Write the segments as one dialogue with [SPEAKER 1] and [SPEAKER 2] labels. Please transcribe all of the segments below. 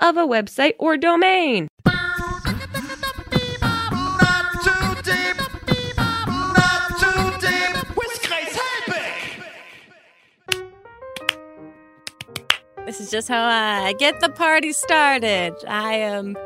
[SPEAKER 1] of a website or domain.
[SPEAKER 2] Not too deep. Not too deep. With Grace Helbig.
[SPEAKER 3] This is just how I get the party started. I am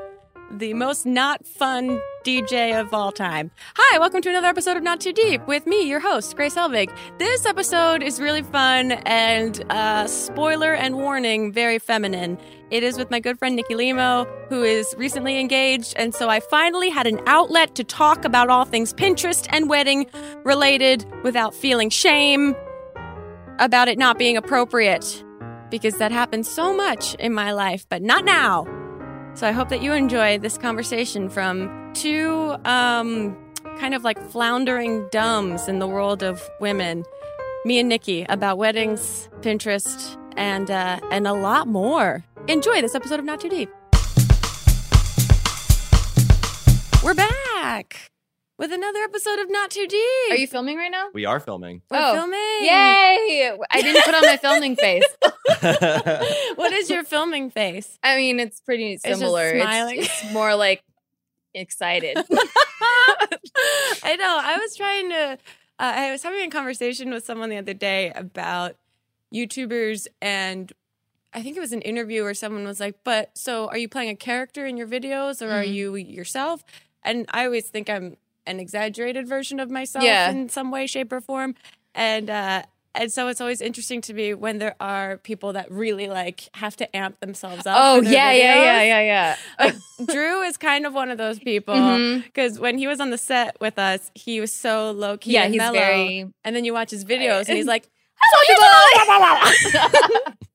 [SPEAKER 3] the most not fun DJ of all time. Hi, welcome to another episode of Not Too Deep with me, your host, Grace Helvig. This episode is really fun and, uh, spoiler and warning, very feminine. It is with my good friend Nikki Limo, who is recently engaged, and so I finally had an outlet to talk about all things Pinterest and wedding related without feeling shame about it not being appropriate because that happens so much in my life, but not now. So I hope that you enjoy this conversation from two um, kind of like floundering dumbs in the world of women, me and Nikki, about weddings, Pinterest, and uh, and a lot more. Enjoy this episode of Not Too Deep. We're back with another episode of Not Too Deep.
[SPEAKER 4] Are you filming right now?
[SPEAKER 5] We are filming.
[SPEAKER 3] We're
[SPEAKER 4] oh,
[SPEAKER 3] filming.
[SPEAKER 4] Yay! I didn't put on my filming face.
[SPEAKER 3] what is your filming face?
[SPEAKER 4] I mean, it's pretty
[SPEAKER 3] just
[SPEAKER 4] similar. It's-
[SPEAKER 3] smiling.
[SPEAKER 4] It's, more like excited. Oh,
[SPEAKER 3] I know. I was trying to. Uh, I was having a conversation with someone the other day about YouTubers, and I think it was an interview where someone was like, "But so, are you playing a character in your videos, or are
[SPEAKER 4] Mhm.
[SPEAKER 3] you yourself?" And I always think I'm an exaggerated version of myself
[SPEAKER 4] Yeah.
[SPEAKER 3] in some way, shape, or form, and. uh and so it's always interesting to me when there are people that really like have to amp themselves up.
[SPEAKER 4] oh
[SPEAKER 3] for their
[SPEAKER 4] yeah, yeah,
[SPEAKER 3] videos.
[SPEAKER 4] yeah, yeah, yeah.
[SPEAKER 3] Drew is kind of one of those people
[SPEAKER 4] Mhm.
[SPEAKER 3] because when he was on the set with us, he was so low key.
[SPEAKER 4] Yeah,
[SPEAKER 3] and
[SPEAKER 4] he's
[SPEAKER 3] mellow.
[SPEAKER 4] very.
[SPEAKER 3] And then you watch his videos, and he's like,
[SPEAKER 4] Hello,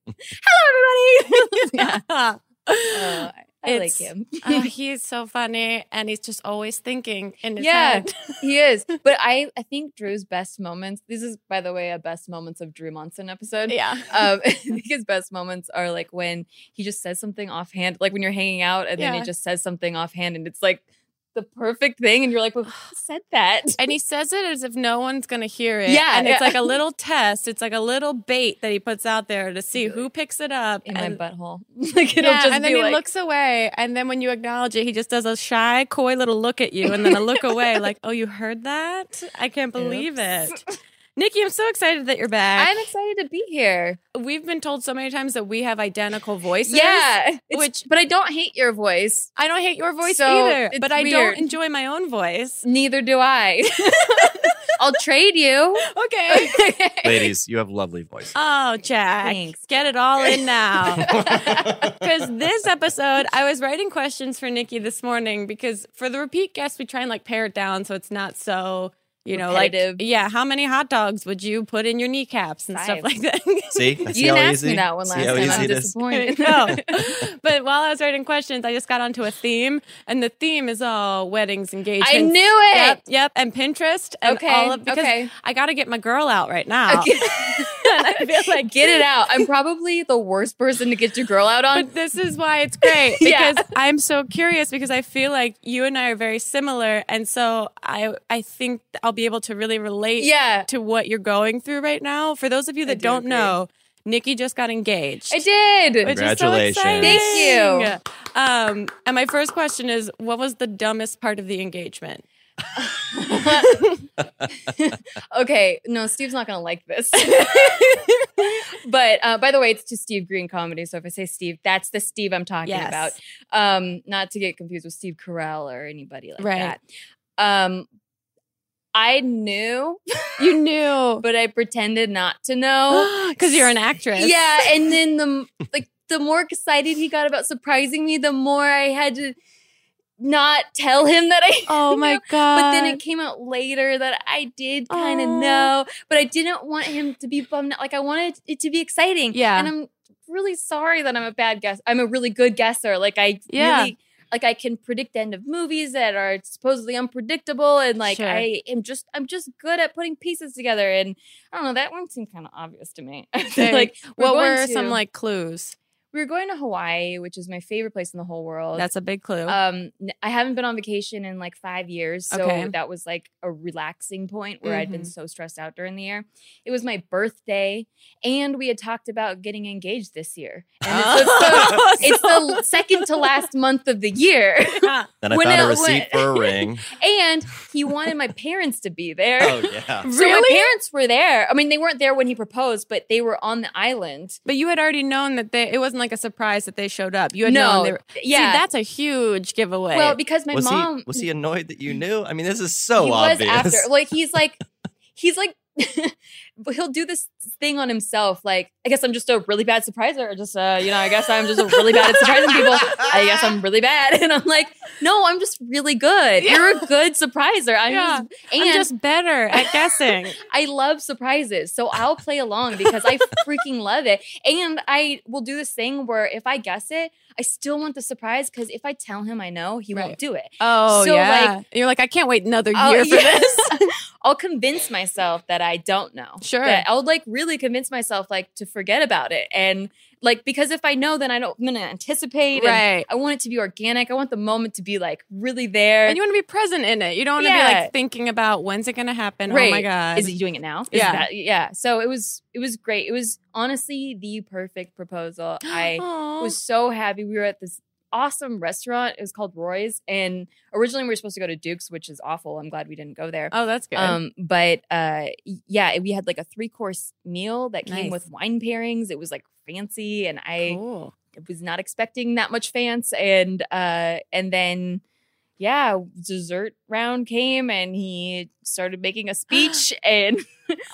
[SPEAKER 4] everybody. yeah. Oh, I like
[SPEAKER 3] It's-
[SPEAKER 4] him.
[SPEAKER 3] Oh, he is so funny, and he's just always thinking in his
[SPEAKER 4] Yeah.
[SPEAKER 3] head.
[SPEAKER 4] He is. But I, I think Drew's best moments. This is, by the way, a best moments of Drew Monson episode.
[SPEAKER 3] Yeah,
[SPEAKER 4] um, I think his best moments are like when he just says something offhand, like when you're hanging out and then
[SPEAKER 3] Yeah.
[SPEAKER 4] he just says something offhand and it's like the perfect thing. And you're like, well, who said that?
[SPEAKER 3] and he says it as if no one's gonna hear it.
[SPEAKER 4] Yeah,
[SPEAKER 3] and it's
[SPEAKER 4] yeah.
[SPEAKER 3] like a little test. It's like a little bait that he puts out there to see who picks it up.
[SPEAKER 4] In
[SPEAKER 3] and,
[SPEAKER 4] my butthole. like it'll
[SPEAKER 3] yeah,
[SPEAKER 4] just
[SPEAKER 3] and then
[SPEAKER 4] be
[SPEAKER 3] he
[SPEAKER 4] like,
[SPEAKER 3] looks away, and then when you acknowledge it, he just does a shy, coy little look at you, and then a look away, like, "Oh, you heard that? I can't believe
[SPEAKER 4] Oops.
[SPEAKER 3] it." Nikki, I'm so excited that you're back.
[SPEAKER 4] I'm excited to be here.
[SPEAKER 3] We've been told so many times that we have identical voices.
[SPEAKER 4] Yeah.
[SPEAKER 3] Which-
[SPEAKER 4] Which, but I don't hate your voice.
[SPEAKER 3] I don't hate your voice
[SPEAKER 4] So,
[SPEAKER 3] either,
[SPEAKER 4] it's
[SPEAKER 3] but I
[SPEAKER 4] weird.
[SPEAKER 3] don't enjoy my own voice.
[SPEAKER 4] Neither do I. I'll trade you.
[SPEAKER 3] Okay.
[SPEAKER 5] Ladies, you have lovely voices.
[SPEAKER 3] Oh, Jack.
[SPEAKER 4] Thanks.
[SPEAKER 3] Get it all in now. Because this episode, I was writing questions for Nikki this morning because for the repeat guests, we try and like pare it down so it's not so, you know, like,
[SPEAKER 4] Repetitive.
[SPEAKER 3] yeah, how many hot dogs would you put in your kneecaps and stuff
[SPEAKER 4] Five.
[SPEAKER 3] like that?
[SPEAKER 5] See? See
[SPEAKER 4] you
[SPEAKER 5] how
[SPEAKER 4] didn't ask
[SPEAKER 5] easy?
[SPEAKER 4] me that one
[SPEAKER 5] See
[SPEAKER 4] last
[SPEAKER 5] how
[SPEAKER 4] time.
[SPEAKER 5] easy
[SPEAKER 4] I'm
[SPEAKER 5] it is?
[SPEAKER 4] disappointed.
[SPEAKER 3] no. But while I was writing questions, I just got onto a theme, and the theme is all weddings, engagements.
[SPEAKER 4] I knew it.
[SPEAKER 3] Yep, yep, and Pinterest, and
[SPEAKER 4] Okay,
[SPEAKER 3] all of because
[SPEAKER 4] okay.
[SPEAKER 3] I got to get my girl out right now.
[SPEAKER 4] Okay.
[SPEAKER 3] and I feel like
[SPEAKER 4] Get it out. I'm probably the worst person to get your girl out on.
[SPEAKER 3] But this is why it's great
[SPEAKER 4] Yeah.
[SPEAKER 3] because I'm so curious because I feel like you and I are very similar, and so I I think I'll be able to really relate
[SPEAKER 4] yeah.
[SPEAKER 3] to what you're going through right now. For those of you that
[SPEAKER 4] do
[SPEAKER 3] not
[SPEAKER 4] agree.
[SPEAKER 3] know, Nikki just got engaged.
[SPEAKER 4] I did.
[SPEAKER 3] which
[SPEAKER 5] Congratulations.
[SPEAKER 3] Is so exciting.
[SPEAKER 4] Thank
[SPEAKER 3] Um, and my first question is, what was the dumbest part of the engagement?
[SPEAKER 4] okay, no, Steve's not gonna like this. but uh, by the way, it's to Steve Green comedy. So if I say Steve, that's the Steve I'm talking
[SPEAKER 3] Yes.
[SPEAKER 4] about. Um, not to get confused with Steve Carell or anybody like
[SPEAKER 3] Right.
[SPEAKER 4] that. Um, I knew,
[SPEAKER 3] You knew
[SPEAKER 4] but I pretended not to know.
[SPEAKER 3] because you're an actress.
[SPEAKER 4] yeah, and then the like the more excited he got about surprising me, the more I had to not tell him that I.
[SPEAKER 3] Oh
[SPEAKER 4] knew.
[SPEAKER 3] my god.
[SPEAKER 4] But then it came out later that I did kind of
[SPEAKER 3] Aw.
[SPEAKER 4] know, but I didn't want him to be bummed out. Like I wanted it to be exciting.
[SPEAKER 3] Yeah.
[SPEAKER 4] And I'm really sorry that I'm a bad guess. I'm a really good guesser. Like I
[SPEAKER 3] Yeah.
[SPEAKER 4] really like I can predict the end of movies that are supposedly unpredictable and like
[SPEAKER 3] Sure.
[SPEAKER 4] I am just I'm just good at putting pieces together and I don't know, that one seemed kind of obvious to me.
[SPEAKER 3] Very-
[SPEAKER 4] like
[SPEAKER 3] what
[SPEAKER 4] going
[SPEAKER 3] were some
[SPEAKER 4] to-
[SPEAKER 3] like clues?
[SPEAKER 4] we were going to Hawaii, which is my favorite place in the whole world.
[SPEAKER 3] That's a big clue.
[SPEAKER 4] Um, n- I haven't been on vacation in like five years, so
[SPEAKER 3] Okay.
[SPEAKER 4] that was like a relaxing point where I'd been
[SPEAKER 3] Mhm.
[SPEAKER 4] so stressed out during the year. It was my birthday, and we had talked about getting engaged this year. And it's-
[SPEAKER 3] Oh,
[SPEAKER 4] it's, the,
[SPEAKER 3] so-
[SPEAKER 4] it's the second to last month of the year,
[SPEAKER 3] Yeah.
[SPEAKER 5] Then I
[SPEAKER 4] When
[SPEAKER 5] found
[SPEAKER 4] I-
[SPEAKER 5] a receipt
[SPEAKER 4] when-
[SPEAKER 5] for a ring.
[SPEAKER 4] and he wanted my parents to be there.
[SPEAKER 5] Oh yeah.
[SPEAKER 4] So my
[SPEAKER 3] Really?
[SPEAKER 4] parents were there. I mean, they weren't there when he proposed, but they were on the island.
[SPEAKER 3] But you had already known that they. It wasn't like a surprise that they showed up. You had known they were.
[SPEAKER 4] yeah.
[SPEAKER 3] See, that's a huge giveaway.
[SPEAKER 4] well, because my
[SPEAKER 5] was
[SPEAKER 4] mom
[SPEAKER 5] he was he annoyed that you knew? I mean, this is so
[SPEAKER 4] he
[SPEAKER 5] obvious.
[SPEAKER 4] was after like he's like he's like he'll do this thing on himself like i guess i'm just a really bad surpriser or just uh you know i guess i'm just really bad at surprising people i guess i'm really bad and i'm like no i'm just really good you're a good surpriser i'm
[SPEAKER 3] Yeah.
[SPEAKER 4] just and
[SPEAKER 3] I'm just better at guessing.
[SPEAKER 4] i love surprises so i'll play along because i freaking love it and i will do this thing where if i guess it i still want the surprise because if i tell him i know he
[SPEAKER 3] Right.
[SPEAKER 4] won't do it
[SPEAKER 3] Oh
[SPEAKER 4] So,
[SPEAKER 3] yeah. You're like, I can't wait another
[SPEAKER 4] Oh,
[SPEAKER 3] year for
[SPEAKER 4] yeah.
[SPEAKER 3] this.
[SPEAKER 4] I'll convince myself that I don't know.
[SPEAKER 3] Sure.
[SPEAKER 4] That I'll like really convince myself like to forget about it. And like because if I know then I don't I'm gonna anticipate. and
[SPEAKER 3] Right.
[SPEAKER 4] I want it to be organic. I want the moment to be like really there.
[SPEAKER 3] And you want to be present in it. You don't want to be
[SPEAKER 4] Yeah.
[SPEAKER 3] like thinking about when's it going to happen. Oh my
[SPEAKER 4] Right.
[SPEAKER 3] god.
[SPEAKER 4] Is he doing it now? Is
[SPEAKER 3] Yeah.
[SPEAKER 4] that- yeah. So it was it was great. It was honestly the perfect proposal. I
[SPEAKER 3] Aw.
[SPEAKER 4] was so happy. We were at this awesome restaurant. It was called Roy's. And originally we were supposed to go to Duke's, which is awful. I'm glad we didn't go there.
[SPEAKER 3] Oh, that's good.
[SPEAKER 4] Um, but uh, y- yeah, we had like a three course meal that came
[SPEAKER 3] Nice.
[SPEAKER 4] with wine pairings. It was like fancy, and I
[SPEAKER 3] cool.
[SPEAKER 4] was not expecting that much fans. And uh, and then yeah, dessert round came, and he started making a speech. and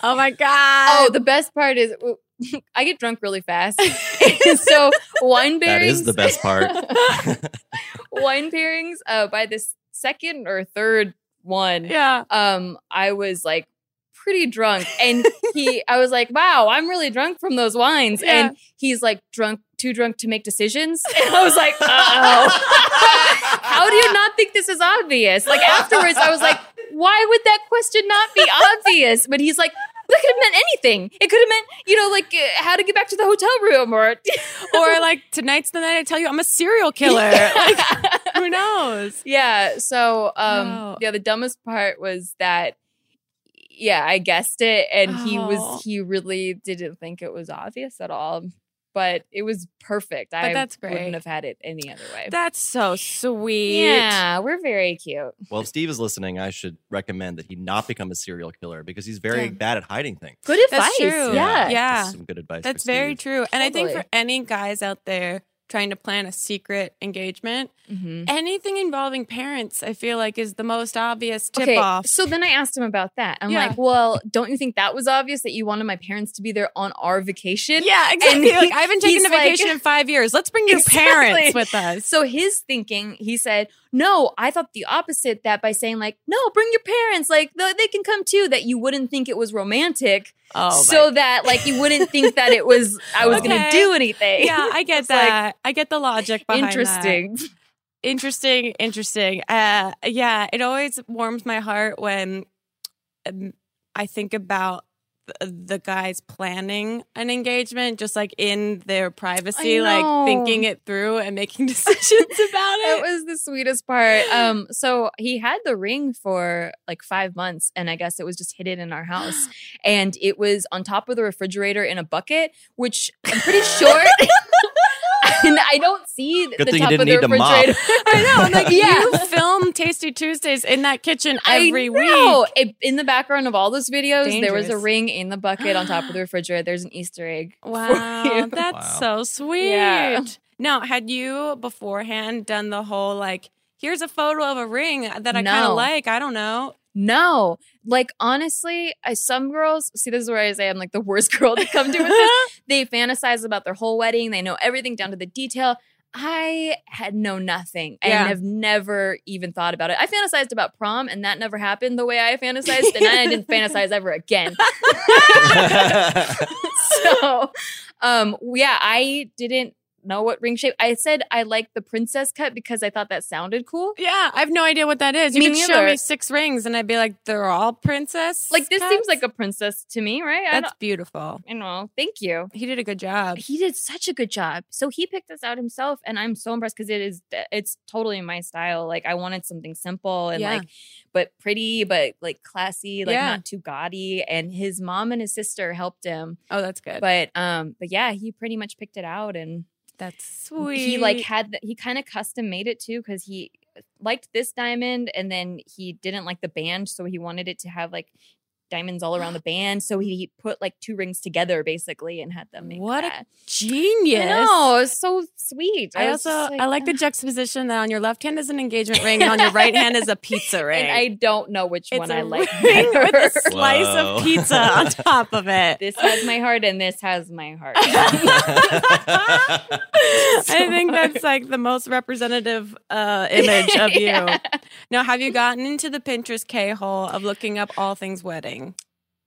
[SPEAKER 3] Oh my god.
[SPEAKER 4] oh, the best part is I get drunk really fast, so wine pairings.
[SPEAKER 5] that is the best part.
[SPEAKER 4] wine pairings. Uh, by this second or third one,
[SPEAKER 3] yeah.
[SPEAKER 4] um i was like pretty drunk and he i was like wow i'm really drunk from those wines
[SPEAKER 3] Yeah.
[SPEAKER 4] and he's like drunk too drunk to make decisions and i was like uh-oh how do you not think this is obvious like afterwards i was like why would that question not be obvious but he's like that could have meant anything it could have meant you know like uh, how to get back to the hotel room or
[SPEAKER 3] or like tonight's the night I tell you I'm a serial killer. Like, who knows?
[SPEAKER 4] Yeah. So, um,
[SPEAKER 3] Wow.
[SPEAKER 4] yeah, the dumbest part was that, yeah, I guessed it, and he
[SPEAKER 3] Oh.
[SPEAKER 4] was he really didn't think it was obvious at all, but it was perfect. I
[SPEAKER 3] that's great.
[SPEAKER 4] wouldn't have had it any other way.
[SPEAKER 3] That's so sweet.
[SPEAKER 4] yeah, we're very cute.
[SPEAKER 5] well, if Steve is listening, I should recommend that he not become a serial killer because he's very
[SPEAKER 3] Yeah.
[SPEAKER 5] bad at hiding things.
[SPEAKER 4] Good
[SPEAKER 3] That's true.
[SPEAKER 4] Yeah.
[SPEAKER 3] Yeah.
[SPEAKER 5] That's some good advice.
[SPEAKER 3] That's
[SPEAKER 5] for
[SPEAKER 3] very
[SPEAKER 5] Steve.
[SPEAKER 3] true. And I think for
[SPEAKER 4] Totally.
[SPEAKER 3] any guys out there trying to plan a secret engagement,
[SPEAKER 4] Mhm.
[SPEAKER 3] anything involving parents, I feel like is the most obvious tip
[SPEAKER 4] okay,
[SPEAKER 3] off.
[SPEAKER 4] so then I asked him about that. I'm
[SPEAKER 3] Yeah.
[SPEAKER 4] like, well, don't you think that was obvious that you wanted my parents to be there on our vacation?
[SPEAKER 3] yeah, exactly.
[SPEAKER 4] he-
[SPEAKER 3] like, I haven't taken
[SPEAKER 4] he's
[SPEAKER 3] a vacation
[SPEAKER 4] like-
[SPEAKER 3] in five years. Let's bring your parents
[SPEAKER 4] Exactly.
[SPEAKER 3] with us.
[SPEAKER 4] So his thinking, he said, "No, I thought the opposite. That by saying like, no, bring your parents, like th- they can come too. That you wouldn't think it was romantic,
[SPEAKER 3] Oh,
[SPEAKER 4] so that like you wouldn't think that it was I was
[SPEAKER 3] Okay.
[SPEAKER 4] gonna do anything.
[SPEAKER 3] yeah, I get
[SPEAKER 4] It's like,
[SPEAKER 3] that. I get the logic behind that.
[SPEAKER 4] interesting.
[SPEAKER 3] interesting interesting uh yeah it always warms my heart when um, i think about the, the guys planning an engagement just like in their privacy
[SPEAKER 4] I
[SPEAKER 3] like
[SPEAKER 4] know.
[SPEAKER 3] thinking it through and making decisions about
[SPEAKER 4] That
[SPEAKER 3] it
[SPEAKER 4] was the sweetest part. Um, so he had the ring for like five months, and I guess it was just hidden in our house, and it was on top of the refrigerator in a bucket, which I'm pretty sure. And I don't see
[SPEAKER 5] Good
[SPEAKER 4] the
[SPEAKER 5] thing you
[SPEAKER 4] top of
[SPEAKER 5] didn't
[SPEAKER 4] the
[SPEAKER 5] need to mop.
[SPEAKER 4] refrigerator.
[SPEAKER 3] i know i'm like
[SPEAKER 4] Yeah.
[SPEAKER 3] you film tasty tuesdays in that kitchen
[SPEAKER 4] I
[SPEAKER 3] every
[SPEAKER 4] know.
[SPEAKER 3] week
[SPEAKER 4] It- in the background of all those videos, there was a
[SPEAKER 3] Dangerous.
[SPEAKER 4] ring in the bucket on top of the refrigerator. There's an Easter egg.
[SPEAKER 3] wow
[SPEAKER 4] you.
[SPEAKER 3] that's so sweet
[SPEAKER 4] Yeah.
[SPEAKER 3] now had you beforehand done the whole like here's a photo of a ring that i kind
[SPEAKER 4] No.
[SPEAKER 3] of like i don't know
[SPEAKER 4] No, like honestly, I, some girls see this is where I say I'm like the worst girl to come to with this. They fantasize about their whole wedding. They know everything down to the detail. I had know nothing and
[SPEAKER 3] Yeah.
[SPEAKER 4] have never even thought about it. I fantasized about prom and that never happened the way I fantasized, and I didn't fantasize ever again. so, um, yeah, I didn't know what ring shape. I said I liked the princess cut because I thought that sounded cool.
[SPEAKER 3] Yeah, I have no idea what that is. You
[SPEAKER 4] Me
[SPEAKER 3] can show
[SPEAKER 4] neither.
[SPEAKER 3] me six rings, and I'd be like, they're all princess.
[SPEAKER 4] Like this seems
[SPEAKER 3] cuts?
[SPEAKER 4] like a princess to me, right? I,
[SPEAKER 3] that's beautiful.
[SPEAKER 4] don't, I know. Thank you.
[SPEAKER 3] He did a good job.
[SPEAKER 4] He did such a good job. So he picked this out himself, and I'm so impressed because it is it's totally my style. Like I wanted something simple and
[SPEAKER 3] Yeah.
[SPEAKER 4] like, but pretty, but like classy, like
[SPEAKER 3] Yeah.
[SPEAKER 4] not too gaudy. And his mom and his sister helped him,
[SPEAKER 3] Oh, that's good.
[SPEAKER 4] but um, but yeah, he pretty much picked it out and.
[SPEAKER 3] that's sweet.
[SPEAKER 4] he like had the, he kind of custom made it too because he uh, liked this diamond and then he didn't like the band so he wanted it to have like diamonds all around the band so he, he put like two rings together basically and had them make
[SPEAKER 3] What a
[SPEAKER 4] that.
[SPEAKER 3] genius.
[SPEAKER 4] no it's so sweet
[SPEAKER 3] I
[SPEAKER 4] was
[SPEAKER 3] also
[SPEAKER 4] just "Ah."
[SPEAKER 3] I like the
[SPEAKER 4] "Ugh."
[SPEAKER 3] juxtaposition that on your left hand is an engagement ring and on your right hand is a pizza ring.
[SPEAKER 4] "Oh." and i don't know which
[SPEAKER 3] it's
[SPEAKER 4] one
[SPEAKER 3] a
[SPEAKER 4] i like
[SPEAKER 3] ring with
[SPEAKER 4] better.
[SPEAKER 3] a slice
[SPEAKER 5] Whoa.
[SPEAKER 3] of pizza on top of it.
[SPEAKER 4] this has my heart and this has my heart
[SPEAKER 3] I think that's like the most representative uh, image of you.
[SPEAKER 4] Yeah.
[SPEAKER 3] Now, have you gotten into the Pinterest K hole of looking up all things wedding?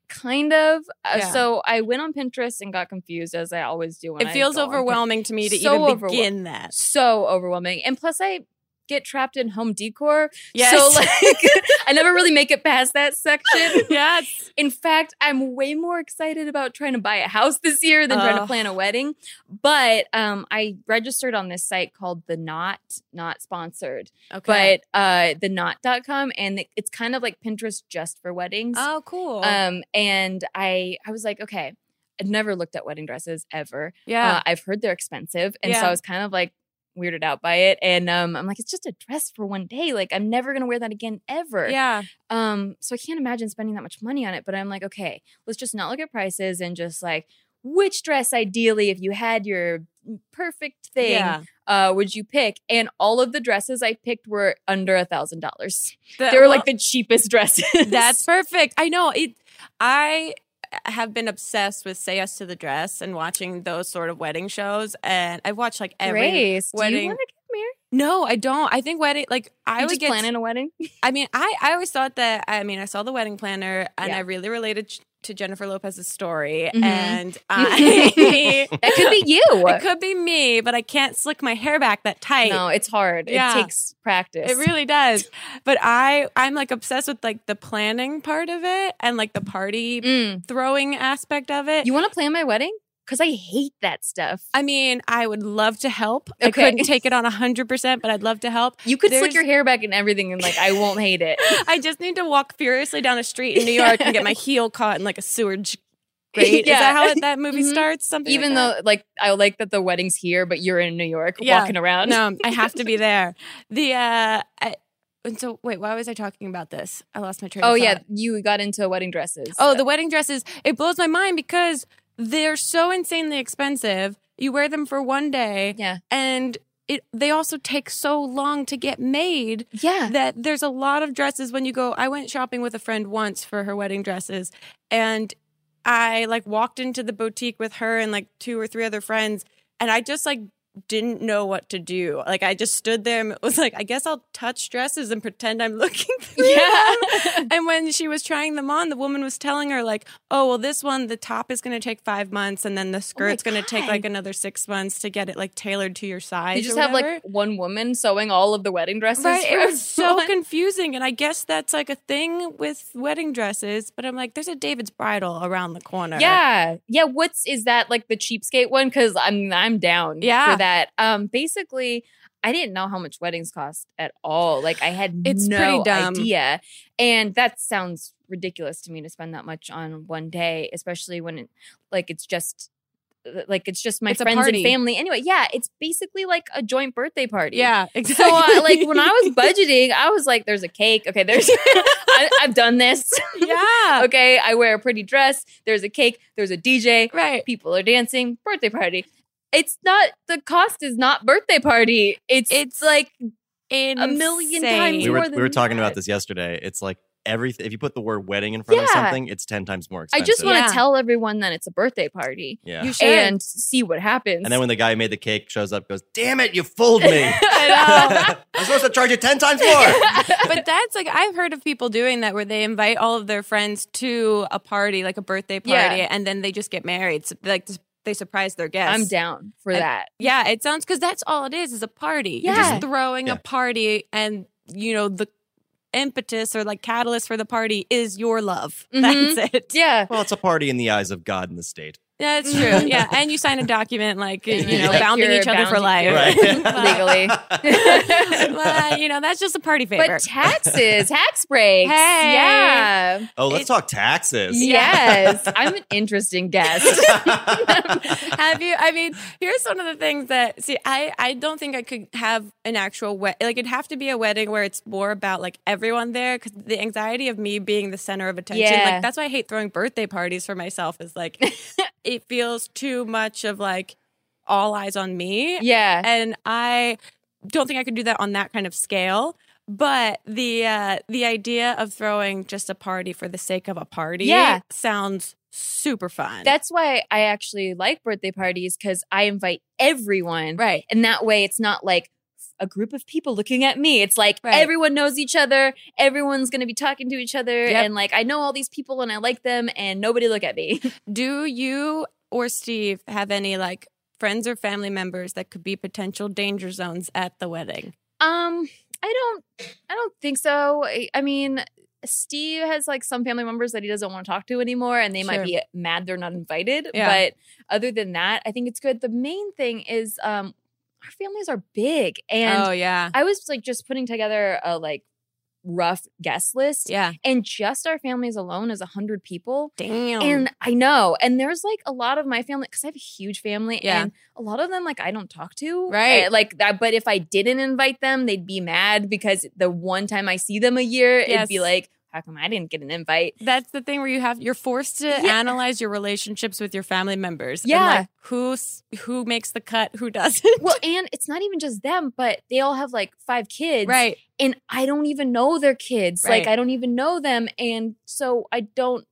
[SPEAKER 4] kind of Uh,
[SPEAKER 3] Yeah.
[SPEAKER 4] so i went on pinterest and got confused as i always do when
[SPEAKER 3] it
[SPEAKER 4] I
[SPEAKER 3] feels
[SPEAKER 4] go on Pinterest.
[SPEAKER 3] overwhelming to me to
[SPEAKER 4] So
[SPEAKER 3] even
[SPEAKER 4] overwhelm-
[SPEAKER 3] begin that.
[SPEAKER 4] so overwhelming. And plus, I get trapped in home decor.
[SPEAKER 3] Yes.
[SPEAKER 4] So, like, I never really make it past that section.
[SPEAKER 3] yes.
[SPEAKER 4] In fact, I'm way more excited about trying to buy a house this year than trying to
[SPEAKER 3] Ugh.
[SPEAKER 4] plan a wedding. But um, I registered on this site called The Knot, not sponsored,
[SPEAKER 3] Okay.
[SPEAKER 4] but uh, thenot.com. And it- it's kind of like Pinterest just for weddings.
[SPEAKER 3] oh, cool.
[SPEAKER 4] Um, and I, I was like, okay, I've never looked at wedding dresses ever. Uh,
[SPEAKER 3] yeah.
[SPEAKER 4] I've heard they're expensive. And so
[SPEAKER 3] Yeah.
[SPEAKER 4] I was kind of like weirded out by it. And um, I'm like, it's just a dress for one day. Like, I'm never going to wear that again ever.
[SPEAKER 3] yeah.
[SPEAKER 4] Um, so I can't imagine spending that much money on it. But I'm like, okay, let's just not look at prices and just like, which dress ideally, if you had your perfect thing,
[SPEAKER 3] Yeah.
[SPEAKER 4] uh, would you pick? And all of the dresses I picked were under a thousand dollars. They were like the cheapest dresses.
[SPEAKER 3] Uh, That's perfect. I know it. I have been obsessed with "Say Yes to the Dress" and watching those sort of wedding shows, and I've watched like every.
[SPEAKER 4] Grace, do you
[SPEAKER 3] wedding-
[SPEAKER 4] want to get married?
[SPEAKER 3] No, I don't. I think wedding like I
[SPEAKER 4] You
[SPEAKER 3] would
[SPEAKER 4] just
[SPEAKER 3] get.
[SPEAKER 4] planning a wedding?
[SPEAKER 3] I mean, I I always thought that. I mean, I saw the wedding planner, and
[SPEAKER 4] Yeah.
[SPEAKER 3] I really related ch- to Jennifer Lopez's story,
[SPEAKER 4] Mhm.
[SPEAKER 3] and I.
[SPEAKER 4] That could be you.
[SPEAKER 3] It could be me, but I can't slick my hair back that tight.
[SPEAKER 4] no, it's hard.
[SPEAKER 3] Yeah.
[SPEAKER 4] It takes practice.
[SPEAKER 3] It really does. But I I'm like obsessed with like the planning part of it and like the party
[SPEAKER 4] Mm.
[SPEAKER 3] throwing aspect of it.
[SPEAKER 4] You want to plan my wedding? Because I hate that stuff.
[SPEAKER 3] I mean, I would love to help. I
[SPEAKER 4] Okay.
[SPEAKER 3] couldn't take it on 100%, but I'd love to help.
[SPEAKER 4] You could slick
[SPEAKER 3] There's-
[SPEAKER 4] your hair back and everything, and like I won't hate it.
[SPEAKER 3] I just need to walk furiously down a street in New York and get my heel caught in like a sewage grate. Is
[SPEAKER 4] Yeah.
[SPEAKER 3] that how it, that movie
[SPEAKER 4] Mhm.
[SPEAKER 3] starts? Something
[SPEAKER 4] Even
[SPEAKER 3] like
[SPEAKER 4] though, like, I like that the wedding's here, but you're in New York
[SPEAKER 3] Yeah.
[SPEAKER 4] walking around.
[SPEAKER 3] that? No, I have to be there. The uh I, and so wait, why was I talking about this? I lost my train of
[SPEAKER 4] Oh yeah,
[SPEAKER 3] thought.
[SPEAKER 4] you got into wedding dresses.
[SPEAKER 3] Oh, the wedding dresses. It blows my mind because they're so insanely expensive. You wear them for one day
[SPEAKER 4] yeah,
[SPEAKER 3] and it they also take so long to get made
[SPEAKER 4] yeah.
[SPEAKER 3] that there's a lot of dresses when you go I went shopping with a friend once for her wedding dresses and I like walked into the boutique with her and like two or three other friends and I just like didn't know what to do. Like I just stood there and was like I guess I'll touch dresses and pretend I'm looking through
[SPEAKER 4] Yeah.
[SPEAKER 3] them. And when she was trying them on, the woman was telling her like, "Oh, well this one the top is going to take 5 months and then the skirt's going to take
[SPEAKER 4] Oh God.
[SPEAKER 3] like another 6 months to get it like tailored to your size."
[SPEAKER 4] You just
[SPEAKER 3] or
[SPEAKER 4] have
[SPEAKER 3] whatever."
[SPEAKER 4] like one woman sewing all of the wedding dresses.
[SPEAKER 3] Right,
[SPEAKER 4] for
[SPEAKER 3] it was so
[SPEAKER 4] everyone.
[SPEAKER 3] confusing, and I guess that's like a thing with wedding dresses. But I'm like, there's a David's Bridal around the corner.
[SPEAKER 4] Yeah. Yeah. What's is that like the cheapskate one? Cause I'm I'm down
[SPEAKER 3] Yeah.
[SPEAKER 4] for that. Um basically I didn't know how much weddings cost at all. Like I had
[SPEAKER 3] It's
[SPEAKER 4] no
[SPEAKER 3] pretty dumb.
[SPEAKER 4] idea. And that sounds ridiculous to me to spend that much on one day, especially when it, like it's just uh, like it's just my
[SPEAKER 3] It's a
[SPEAKER 4] friends and
[SPEAKER 3] party.
[SPEAKER 4] family. Anyway, yeah, it's basically like a joint birthday party.
[SPEAKER 3] yeah,
[SPEAKER 4] So
[SPEAKER 3] exactly.
[SPEAKER 4] uh, like when I was budgeting, I was like, there's a cake. Okay, there's I, I've done this.
[SPEAKER 3] yeah,
[SPEAKER 4] Okay, I wear a pretty dress. There's a cake. There's a DJ.
[SPEAKER 3] right.
[SPEAKER 4] People are dancing. Birthday party. It's not the cost is not birthday party. It's it's
[SPEAKER 3] It's
[SPEAKER 4] like
[SPEAKER 3] In
[SPEAKER 4] million times
[SPEAKER 5] we were
[SPEAKER 4] more
[SPEAKER 5] we were
[SPEAKER 4] than
[SPEAKER 5] talking
[SPEAKER 4] that.
[SPEAKER 5] about this yesterday. It's like everything. If you put the word wedding in front of
[SPEAKER 4] Yeah.
[SPEAKER 5] something, it's ten times more
[SPEAKER 4] I
[SPEAKER 5] expensive.
[SPEAKER 4] just want to
[SPEAKER 3] Yeah.
[SPEAKER 4] tell everyone that it's a birthday party
[SPEAKER 5] yeah.
[SPEAKER 3] You should.
[SPEAKER 4] and see what happens.
[SPEAKER 5] and then when the guy who made the cake shows up, goes, "Damn it, you fooled me!
[SPEAKER 4] uh,
[SPEAKER 5] I'm
[SPEAKER 4] Oh.
[SPEAKER 5] supposed to charge you ten times more."
[SPEAKER 3] but that's like I've heard of people doing that where they invite all of their friends to a party, like a birthday
[SPEAKER 4] Yeah.
[SPEAKER 3] party, and then they just get married. So, like they surprise their guests.
[SPEAKER 4] I'm down for
[SPEAKER 3] And-
[SPEAKER 4] that.
[SPEAKER 3] Yeah, it sounds because that's all it is is a party. You're
[SPEAKER 4] Yeah.
[SPEAKER 3] just throwing
[SPEAKER 5] Yeah.
[SPEAKER 3] a party, and you know the impetus or like catalyst for the party is your love.
[SPEAKER 4] Mhm.
[SPEAKER 3] That's it.
[SPEAKER 4] Yeah.
[SPEAKER 5] well, it's a party in the eyes of God and the state.
[SPEAKER 3] That's true.
[SPEAKER 4] Mhm.
[SPEAKER 3] Yeah, and you sign a document like you
[SPEAKER 4] Yeah,
[SPEAKER 3] know
[SPEAKER 4] like
[SPEAKER 3] bounding
[SPEAKER 4] you're
[SPEAKER 3] each other for
[SPEAKER 4] bounding-
[SPEAKER 3] life
[SPEAKER 5] Right.
[SPEAKER 4] Legally.
[SPEAKER 3] well, you know that's just a party favor.
[SPEAKER 4] But taxes, tax breaks.
[SPEAKER 3] Hey.
[SPEAKER 4] Yeah.
[SPEAKER 5] Oh, let's
[SPEAKER 3] It-
[SPEAKER 5] talk taxes.
[SPEAKER 4] Yes. I'm an interesting guest.
[SPEAKER 3] have you i mean here's one of the things that see i i don't think i could have an actual wed like it'd have to be a wedding where it's more about like everyone there because the anxiety of me being the center of attention
[SPEAKER 4] Yeah.
[SPEAKER 3] like that's why i hate throwing birthday parties for myself is like it feels too much of like all eyes on me
[SPEAKER 4] Yeah.
[SPEAKER 3] and I don't think I could do that on that kind of scale. But the uh, the idea of throwing just a party for the sake of a party
[SPEAKER 4] Yeah.
[SPEAKER 3] sounds super fun.
[SPEAKER 4] That's why I actually like birthday parties because I invite everyone.
[SPEAKER 3] right.
[SPEAKER 4] And that way it's not like a group of people looking at me. It's like
[SPEAKER 3] Right.
[SPEAKER 4] everyone knows each other. Everyone's going to be talking to each other.
[SPEAKER 3] Yep.
[SPEAKER 4] And like I know all these people and I like them and nobody look at me.
[SPEAKER 3] Do you or Steve have any like friends or family members that could be potential danger zones at the wedding?
[SPEAKER 4] Um, I don't, I don't think so. I, I mean, Steve has like some family members that he doesn't want to talk to anymore, and they might
[SPEAKER 3] Sure.
[SPEAKER 4] be mad they're not invited.
[SPEAKER 3] Yeah.
[SPEAKER 4] But other than that, I think it's good. The main thing is, um, our families are big, and
[SPEAKER 3] oh yeah,
[SPEAKER 4] I was like just putting together a like rough guest list,
[SPEAKER 3] yeah.
[SPEAKER 4] and just our families alone is a hundred people.
[SPEAKER 3] Damn.
[SPEAKER 4] And I know, and there's like a lot of my family because I have a huge family,
[SPEAKER 3] Yeah.
[SPEAKER 4] and a lot of them like I don't talk to,
[SPEAKER 3] Right.
[SPEAKER 4] Uh, like that, but if I didn't invite them, they'd be mad because the one time I see them a year, it'd be
[SPEAKER 3] Yes.
[SPEAKER 4] like, how come I didn't get an invite?
[SPEAKER 3] That's the thing where you have you're forced to
[SPEAKER 4] Yeah.
[SPEAKER 3] analyze your relationships with your family members. and,
[SPEAKER 4] Yeah.
[SPEAKER 3] like, who's who makes the cut, who doesn't.
[SPEAKER 4] Well, and it's not even just them, but they all have like five kids,
[SPEAKER 3] right.
[SPEAKER 4] And I don't even know their kids, like
[SPEAKER 3] Right.
[SPEAKER 4] I don't even know them, and so I don't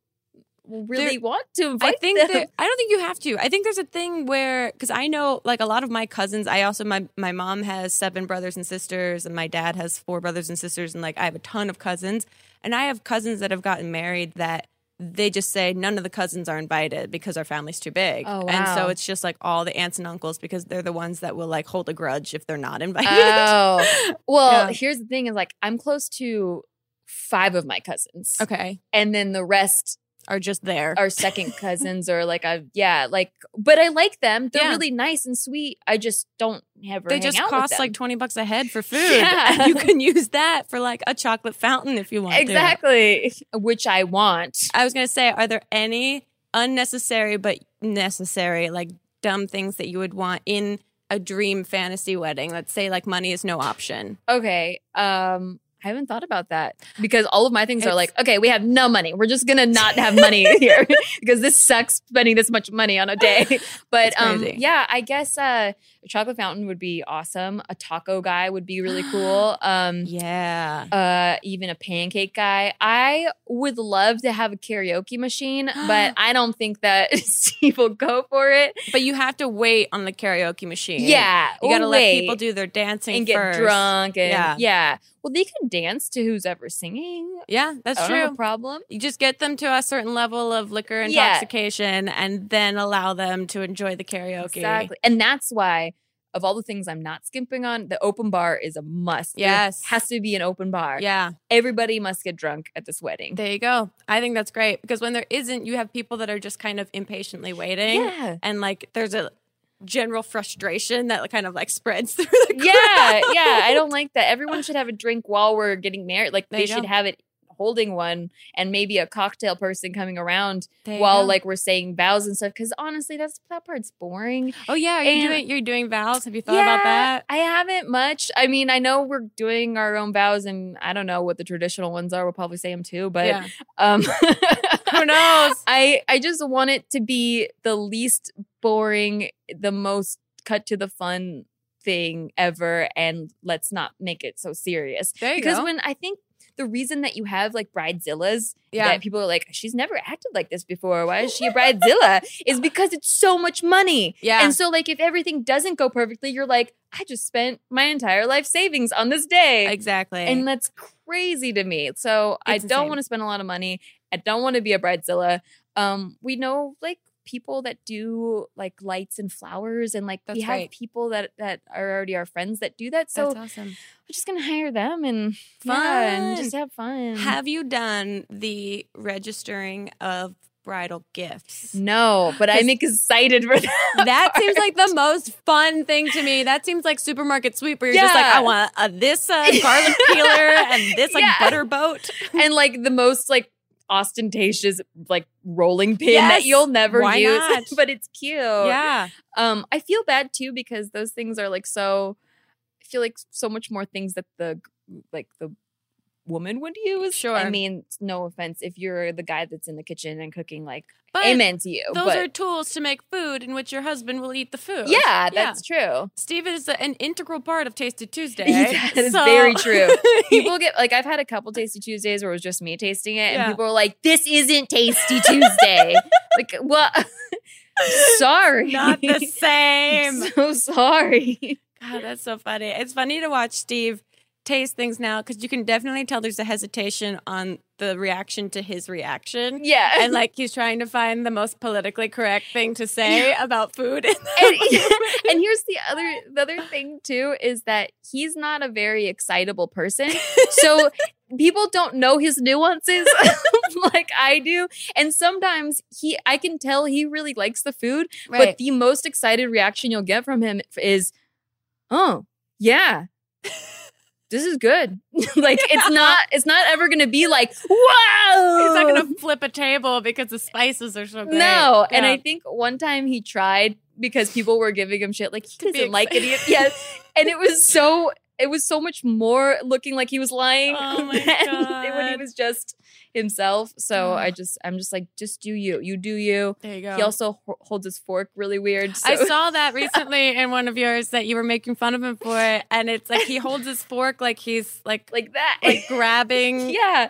[SPEAKER 4] really
[SPEAKER 3] There-
[SPEAKER 4] want to invite
[SPEAKER 3] I think
[SPEAKER 4] them.
[SPEAKER 3] that, I don't think you have to. I think there's a thing where because I know like a lot of my cousins. I also my my mom has seven brothers and sisters, and my dad has four brothers and sisters, and like I have a ton of cousins, and I have cousins that have gotten married that they just say none of the cousins are invited because our family's too big,
[SPEAKER 4] Oh,
[SPEAKER 3] and so
[SPEAKER 4] wow.
[SPEAKER 3] it's just like all the aunts and uncles because they're the ones that will like hold a grudge if they're not invited.
[SPEAKER 4] Oh, well,
[SPEAKER 3] Yeah.
[SPEAKER 4] here's the thing: is like I'm close to five of my cousins,
[SPEAKER 3] okay,
[SPEAKER 4] and then the rest
[SPEAKER 3] are just there.
[SPEAKER 4] are second cousins or like a yeah, like. But I like them; they're
[SPEAKER 3] Yeah.
[SPEAKER 4] really nice and sweet. I just don't ever.
[SPEAKER 3] they
[SPEAKER 4] hang
[SPEAKER 3] just
[SPEAKER 4] out with
[SPEAKER 3] cost
[SPEAKER 4] them.
[SPEAKER 3] like twenty bucks a head for food.
[SPEAKER 4] Yeah.
[SPEAKER 3] And you can use that for like a chocolate fountain if you want. to.
[SPEAKER 4] exactly, which I want.
[SPEAKER 3] I was gonna say, are there any unnecessary but necessary, like dumb things that you would want in a dream fantasy wedding? Let's say like money is no option.
[SPEAKER 4] Okay, um. I haven't thought about that because all of my things are
[SPEAKER 3] It's-
[SPEAKER 4] like, okay, we have no money. We're just gonna not have money here because this sucks spending this much money on a day. But
[SPEAKER 3] It's
[SPEAKER 4] um,
[SPEAKER 3] crazy.
[SPEAKER 4] yeah, I guess uh, a chocolate fountain would be awesome. A taco guy would be really cool. Um,
[SPEAKER 3] Yeah.
[SPEAKER 4] uh, even a pancake guy. I would love to have a karaoke machine, but I don't think that Steve will go for it.
[SPEAKER 3] But you have to wait on the karaoke machine.
[SPEAKER 4] Yeah, oh,
[SPEAKER 3] You gotta let people
[SPEAKER 4] wait
[SPEAKER 3] do their dancing
[SPEAKER 4] and get
[SPEAKER 3] first.
[SPEAKER 4] drunk and yeah.
[SPEAKER 3] Yeah.
[SPEAKER 4] Well, they can dance to who's ever singing.
[SPEAKER 3] Yeah, that's
[SPEAKER 4] I don't have a
[SPEAKER 3] true.
[SPEAKER 4] problem.
[SPEAKER 3] You just get them to a certain level of liquor
[SPEAKER 4] Yeah.
[SPEAKER 3] intoxication and then allow them to enjoy the karaoke.
[SPEAKER 4] Exactly. And that's why, of all the things I'm not skimping on, the open bar is a must. There
[SPEAKER 3] Yes.
[SPEAKER 4] has to be an open bar.
[SPEAKER 3] Yeah.
[SPEAKER 4] Everybody must get drunk at this wedding.
[SPEAKER 3] There you go. I think that's great because when there isn't, you have people that are just kind of impatiently waiting.
[SPEAKER 4] yeah.
[SPEAKER 3] and like there's a general frustration that kind of like spreads through the crowd.
[SPEAKER 4] Yeah. Yeah. I don't like that. Everyone should have a drink while we're getting married. Like
[SPEAKER 3] There
[SPEAKER 4] they
[SPEAKER 3] you
[SPEAKER 4] should
[SPEAKER 3] go.
[SPEAKER 4] have it holding one and maybe a cocktail person coming around
[SPEAKER 3] There you
[SPEAKER 4] while
[SPEAKER 3] go.
[SPEAKER 4] like we're saying vows and stuff. Cause honestly, that's that part's boring.
[SPEAKER 3] oh yeah, are you
[SPEAKER 4] and-
[SPEAKER 3] doing you're doing vows? Have you thought about that?
[SPEAKER 4] I haven't much. I mean, I know we're doing our own vows and I don't know what the traditional ones are. We'll probably say them too, but
[SPEAKER 3] yeah.
[SPEAKER 4] Um,
[SPEAKER 3] Who knows?
[SPEAKER 4] I I just want it to be the least boring, the most cut to the fun thing ever, and let's not make it so serious.
[SPEAKER 3] There you
[SPEAKER 4] because
[SPEAKER 3] go.
[SPEAKER 4] when I think the reason that you have like bridezillas
[SPEAKER 3] Yeah.
[SPEAKER 4] that people are like, she's never acted like this before. Why is she a bridezilla? is because it's so much money.
[SPEAKER 3] Yeah.
[SPEAKER 4] And so like if everything doesn't go perfectly, you're like, I just spent my entire life savings on this day.
[SPEAKER 3] exactly.
[SPEAKER 4] And that's crazy to me. So I
[SPEAKER 3] It's
[SPEAKER 4] don't
[SPEAKER 3] insane.
[SPEAKER 4] want to spend a lot of money. I don't want to be a bridezilla. Um, we know like people that do like lights and flowers, and like we
[SPEAKER 3] That's
[SPEAKER 4] have
[SPEAKER 3] right.
[SPEAKER 4] people that that are already our friends that do that. So
[SPEAKER 3] that's awesome.
[SPEAKER 4] we're just gonna hire them and fun,
[SPEAKER 3] Fun.
[SPEAKER 4] just have fun.
[SPEAKER 3] Have you done the registering of bridal gifts?
[SPEAKER 4] no, but
[SPEAKER 3] 'Cause-
[SPEAKER 4] I'm excited for that.
[SPEAKER 3] That seems like the most fun thing to me. That seems like supermarket sweep where you're just like,
[SPEAKER 4] Yeah.
[SPEAKER 3] I want a, this uh, garlic peeler and this like
[SPEAKER 4] Yeah.
[SPEAKER 3] butter boat.
[SPEAKER 4] and like the most like ostentatious like rolling pin that
[SPEAKER 3] Yes.
[SPEAKER 4] you'll never
[SPEAKER 3] Why
[SPEAKER 4] use,
[SPEAKER 3] not?
[SPEAKER 4] but it's cute.
[SPEAKER 3] Yeah.
[SPEAKER 4] Um, I feel bad too because those things are like so. I feel like so much more things that the like the woman would use. I
[SPEAKER 3] Sure.
[SPEAKER 4] mean, no offense if you're the guy that's in the kitchen and cooking. Like,
[SPEAKER 3] But
[SPEAKER 4] amen to you.
[SPEAKER 3] those
[SPEAKER 4] but
[SPEAKER 3] are tools to make food in which your husband will eat the food.
[SPEAKER 4] yeah, that's true.
[SPEAKER 3] Steve is an integral part of Tasty Tuesday.
[SPEAKER 4] Yeah, that is
[SPEAKER 3] so-
[SPEAKER 4] very true. People get like I've had a couple Tasty Tuesdays where it was just me tasting it,
[SPEAKER 3] Yeah.
[SPEAKER 4] and people were like, "This isn't Tasty Tuesday." like, well, sorry,
[SPEAKER 3] Not the same.
[SPEAKER 4] I'm so sorry.
[SPEAKER 3] God, that's so funny. It's funny to watch Steve taste things now because you can definitely tell there's a hesitation on the reaction to his reaction.
[SPEAKER 4] yeah,
[SPEAKER 3] And like he's trying to find the most politically correct thing to say about food.
[SPEAKER 4] and, and here's the other the other thing too is that he's not a very excitable person so people don't know his nuances like i do and sometimes he i can tell he really likes the food but the most excited reaction you'll get from him is oh yeah this is good like it's not it's not ever gonna be like wow
[SPEAKER 3] he's not going to flip a table because the spices are so great.
[SPEAKER 4] Oh. no, and
[SPEAKER 3] Yeah.
[SPEAKER 4] I think one time he tried because people were giving him shit like he
[SPEAKER 3] To be
[SPEAKER 4] doesn't like it.
[SPEAKER 3] excited.
[SPEAKER 4] Yes, and it was so it was so much more looking like he was lying
[SPEAKER 3] Oh my
[SPEAKER 4] than when he
[SPEAKER 3] God.
[SPEAKER 4] was just himself. So
[SPEAKER 3] Ugh.
[SPEAKER 4] I just I'm just like just do you, you do you.
[SPEAKER 3] There you go.
[SPEAKER 4] He also ho- holds his fork really weird. So.
[SPEAKER 3] I saw that recently in one of yours that you were making fun of him for it, and it's like he holds his fork like he's like like,
[SPEAKER 4] like that.
[SPEAKER 3] grabbing,
[SPEAKER 4] yeah,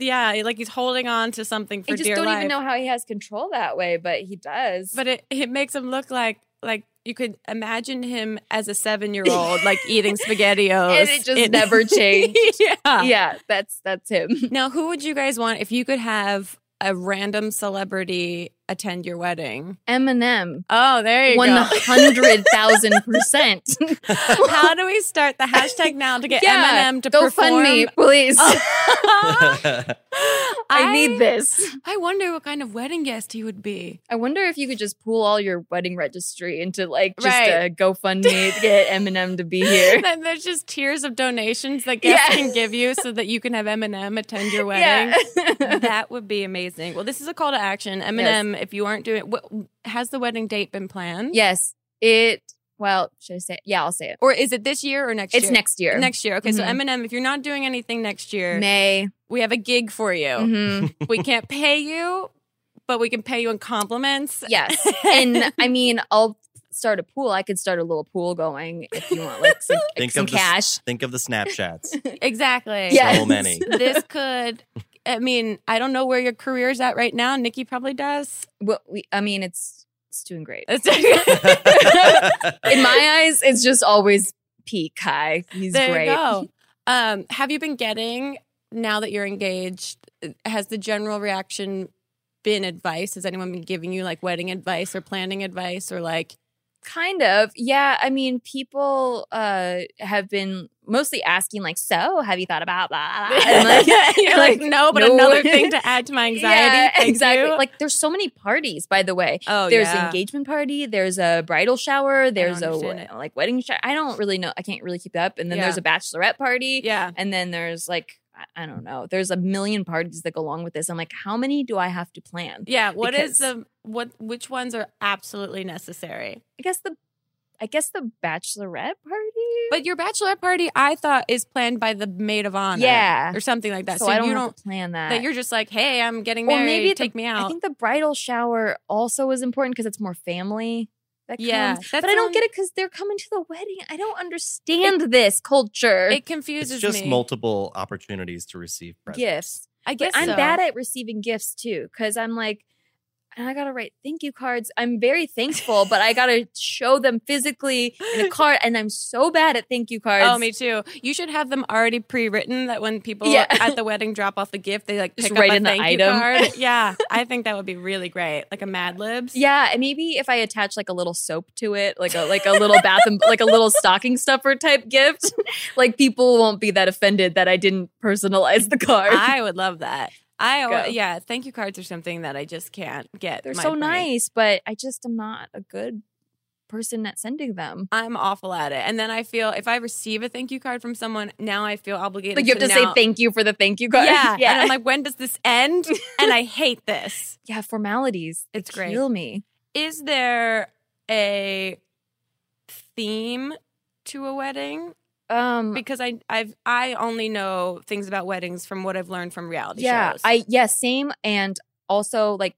[SPEAKER 3] yeah, like he's holding on to something for
[SPEAKER 4] I just
[SPEAKER 3] dear
[SPEAKER 4] don't
[SPEAKER 3] life.
[SPEAKER 4] even know how he has control that way, but he does.
[SPEAKER 3] But it, it makes him look like like you could imagine him as a seven year old like eating spaghettios.
[SPEAKER 4] And it just never changed.
[SPEAKER 3] yeah.
[SPEAKER 4] yeah, that's that's him.
[SPEAKER 3] Now, who would you guys want if you could have a random celebrity attend your wedding?
[SPEAKER 4] Eminem.
[SPEAKER 3] Oh, there you
[SPEAKER 4] One
[SPEAKER 3] go.
[SPEAKER 4] hundred thousand percent.
[SPEAKER 3] How do we start the hashtag now to get
[SPEAKER 4] Yeah,
[SPEAKER 3] Eminem to
[SPEAKER 4] Go fund
[SPEAKER 3] perform?
[SPEAKER 4] me, please.
[SPEAKER 3] I,
[SPEAKER 4] I need this.
[SPEAKER 3] I wonder what kind of wedding guest he would be.
[SPEAKER 4] I wonder if you could just pool all your wedding registry into like just
[SPEAKER 3] Right.
[SPEAKER 4] a GoFundMe to get Eminem to be here.
[SPEAKER 3] Then there's just tiers of donations that guests
[SPEAKER 4] Yeah.
[SPEAKER 3] can give you so that you can have Eminem attend your wedding.
[SPEAKER 4] Yeah.
[SPEAKER 3] that would be amazing. Well, this is a call to action. Eminem, if you aren't doing, what, has the wedding date been planned?
[SPEAKER 4] yes. It. Well, should I say? It? Yeah, I'll say it.
[SPEAKER 3] Or is it this year or next
[SPEAKER 4] It's
[SPEAKER 3] year?
[SPEAKER 4] next year.
[SPEAKER 3] Next year. Okay, so
[SPEAKER 4] Mhm.
[SPEAKER 3] Eminem, if you're not doing anything next year, Oh.
[SPEAKER 4] May.
[SPEAKER 3] we have a gig for you.
[SPEAKER 4] Mhm.
[SPEAKER 3] We can't pay you, but we can pay you in compliments.
[SPEAKER 4] yes. And I mean, I'll start a pool. I could start a little pool going if you want, like some,
[SPEAKER 5] Think
[SPEAKER 4] some
[SPEAKER 5] of the s-
[SPEAKER 4] cash.
[SPEAKER 5] Think of the Snapchats.
[SPEAKER 3] Exactly.
[SPEAKER 4] Yes.
[SPEAKER 5] So many.
[SPEAKER 3] this could. I mean, I don't know where your career's at right now. Nikki probably does.
[SPEAKER 4] What we? I mean, it's it's doing great.
[SPEAKER 3] It's-
[SPEAKER 4] in my eyes, it's just always peak high. He's
[SPEAKER 3] there
[SPEAKER 4] great.
[SPEAKER 3] you go. Um, have you been getting now that you're engaged? Has the general reaction been advice? Has anyone been giving you like wedding advice or planning advice or like?
[SPEAKER 4] Kind of. Yeah. I mean, people uh have been mostly asking, like, so have you thought about blah blah blah? And, like,
[SPEAKER 3] you're like, no, but
[SPEAKER 4] no.
[SPEAKER 3] another thing to add to my anxiety.
[SPEAKER 4] yeah,
[SPEAKER 3] Thank
[SPEAKER 4] exactly.
[SPEAKER 3] you.
[SPEAKER 4] Like there's so many parties, by the way.
[SPEAKER 3] oh,
[SPEAKER 4] there's
[SPEAKER 3] yeah.
[SPEAKER 4] engagement party, there's a bridal shower, there's a
[SPEAKER 3] understand it.
[SPEAKER 4] like wedding shower. I don't really know. I can't really keep up. And then
[SPEAKER 3] Yeah.
[SPEAKER 4] there's a bachelorette party.
[SPEAKER 3] Yeah.
[SPEAKER 4] And then there's like I- I don't know. There's a million parties that go along with this. I'm like, how many do I have to plan?
[SPEAKER 3] Yeah, What
[SPEAKER 4] Because-
[SPEAKER 3] is the what? Which ones are absolutely necessary?
[SPEAKER 4] I guess the I guess the bachelorette party.
[SPEAKER 3] But your bachelorette party, I thought, is planned by the maid of honor,
[SPEAKER 4] Yeah.
[SPEAKER 3] or something like that.
[SPEAKER 4] so,
[SPEAKER 3] So,
[SPEAKER 4] I don't,
[SPEAKER 3] you
[SPEAKER 4] have
[SPEAKER 3] don't
[SPEAKER 4] to plan that.
[SPEAKER 3] that you're just like, hey, I'm getting
[SPEAKER 4] Or
[SPEAKER 3] married,
[SPEAKER 4] maybe the-
[SPEAKER 3] take me out.
[SPEAKER 4] I think the bridal shower also is important because it's more family. that
[SPEAKER 3] Yeah, um
[SPEAKER 4] comes.
[SPEAKER 3] that
[SPEAKER 4] But I don't
[SPEAKER 3] sounds-
[SPEAKER 4] get it because they're coming to the wedding. I don't understand this culture.
[SPEAKER 3] It confuses
[SPEAKER 5] It's just
[SPEAKER 3] me.
[SPEAKER 5] multiple opportunities to receive presents.
[SPEAKER 4] gifts.
[SPEAKER 3] I guess
[SPEAKER 4] But I'm
[SPEAKER 3] so.
[SPEAKER 4] bad at receiving gifts too because I'm like, and I gotta write thank you cards. I'm very thankful, but I gotta show them physically in a card, and I'm so bad at thank you cards.
[SPEAKER 3] Oh, me too. You should have them already pre-written that when people
[SPEAKER 4] Yeah.
[SPEAKER 3] at the wedding drop off the gift, they like
[SPEAKER 4] Just
[SPEAKER 3] pick up
[SPEAKER 4] write
[SPEAKER 3] a
[SPEAKER 4] in the
[SPEAKER 3] thank you
[SPEAKER 4] item.
[SPEAKER 3] card. yeah, I think that would be really great, like a Mad Libs.
[SPEAKER 4] Yeah, and maybe if I attach like a little soap to it, like a like a little bath and like a little stocking stuffer type gift, like people won't be that offended that I didn't personalize the card.
[SPEAKER 3] I would love that. I
[SPEAKER 4] Go.
[SPEAKER 3] al- yeah, thank you cards are something that I just can't get.
[SPEAKER 4] They're
[SPEAKER 3] my
[SPEAKER 4] so
[SPEAKER 3] brain.
[SPEAKER 4] nice, but I just am not a good person at sending them.
[SPEAKER 3] I'm awful at it, and then I feel if I receive a thank you card from someone, now I feel obligated.
[SPEAKER 4] Like you have to say
[SPEAKER 3] now-
[SPEAKER 4] thank you for the thank you card.
[SPEAKER 3] Yeah, and
[SPEAKER 4] yeah,
[SPEAKER 3] I'm like, when does this end? and I hate this.
[SPEAKER 4] yeah. Formalities. They
[SPEAKER 3] It's great.
[SPEAKER 4] Kill me.
[SPEAKER 3] Is there a theme to a wedding?
[SPEAKER 4] Um.
[SPEAKER 3] because I I've I only know things about weddings from what I've learned from reality
[SPEAKER 4] yeah.
[SPEAKER 3] shows.
[SPEAKER 4] I yeah. Same. And also like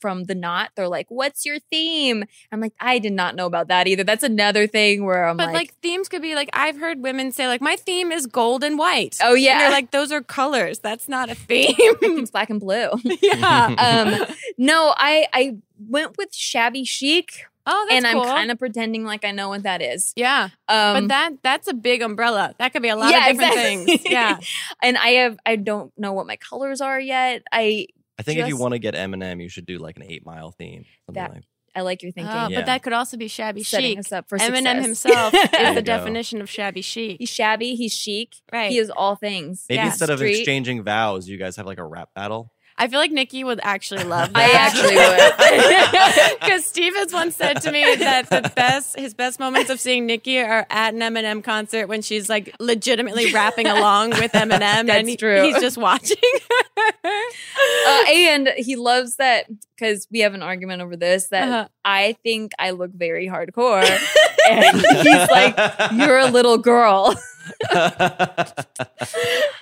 [SPEAKER 4] from the knot, they're like, "What's your theme?" I'm like, I did not know about that either. That's another thing where I'm
[SPEAKER 3] but like, themes could be like I've heard women say like my theme is gold and white.
[SPEAKER 4] oh
[SPEAKER 3] And
[SPEAKER 4] yeah,
[SPEAKER 3] they're like those are colors. That's not a theme.
[SPEAKER 4] it's black and blue.
[SPEAKER 3] yeah.
[SPEAKER 4] Um, no, I I went with shabby chic,
[SPEAKER 3] oh, that's
[SPEAKER 4] and I'm
[SPEAKER 3] cool.
[SPEAKER 4] kind of pretending like I know what that is.
[SPEAKER 3] yeah,
[SPEAKER 4] Um,
[SPEAKER 3] but that that's a big umbrella. That could be a lot
[SPEAKER 4] Yeah,
[SPEAKER 3] of different
[SPEAKER 4] exactly.
[SPEAKER 3] things. Yeah,
[SPEAKER 4] and I have I don't know what my colors are yet. I
[SPEAKER 5] I think if you
[SPEAKER 4] Just-
[SPEAKER 5] want to get Eminem, you should do like an eight mile theme. Something
[SPEAKER 4] That-
[SPEAKER 5] like
[SPEAKER 4] I like your thinking.
[SPEAKER 3] Oh,
[SPEAKER 5] Yeah.
[SPEAKER 3] but that could also be shabby
[SPEAKER 4] setting
[SPEAKER 3] chic.
[SPEAKER 4] us up for
[SPEAKER 3] Eminem
[SPEAKER 4] success.
[SPEAKER 3] himself
[SPEAKER 5] There
[SPEAKER 3] is
[SPEAKER 5] you
[SPEAKER 3] the
[SPEAKER 5] go.
[SPEAKER 3] definition of shabby chic.
[SPEAKER 4] He's shabby. He's chic.
[SPEAKER 3] Right.
[SPEAKER 4] He is all things.
[SPEAKER 5] Maybe
[SPEAKER 3] Yeah,
[SPEAKER 5] instead of
[SPEAKER 4] street.
[SPEAKER 5] exchanging vows, you guys have like a rap battle.
[SPEAKER 3] I feel like Nikki would actually love
[SPEAKER 4] I
[SPEAKER 3] that. actually would. Because Steve has once said to me that the best his best moments of seeing Nikki are at an Eminem concert when she's like legitimately rapping along with Eminem.
[SPEAKER 4] That's
[SPEAKER 3] and he-
[SPEAKER 4] true.
[SPEAKER 3] He's just watching.
[SPEAKER 4] Uh, and he loves that because we have an argument over this that
[SPEAKER 3] Uh-huh.
[SPEAKER 4] I think I look very hardcore, and he's like, "You're a little girl."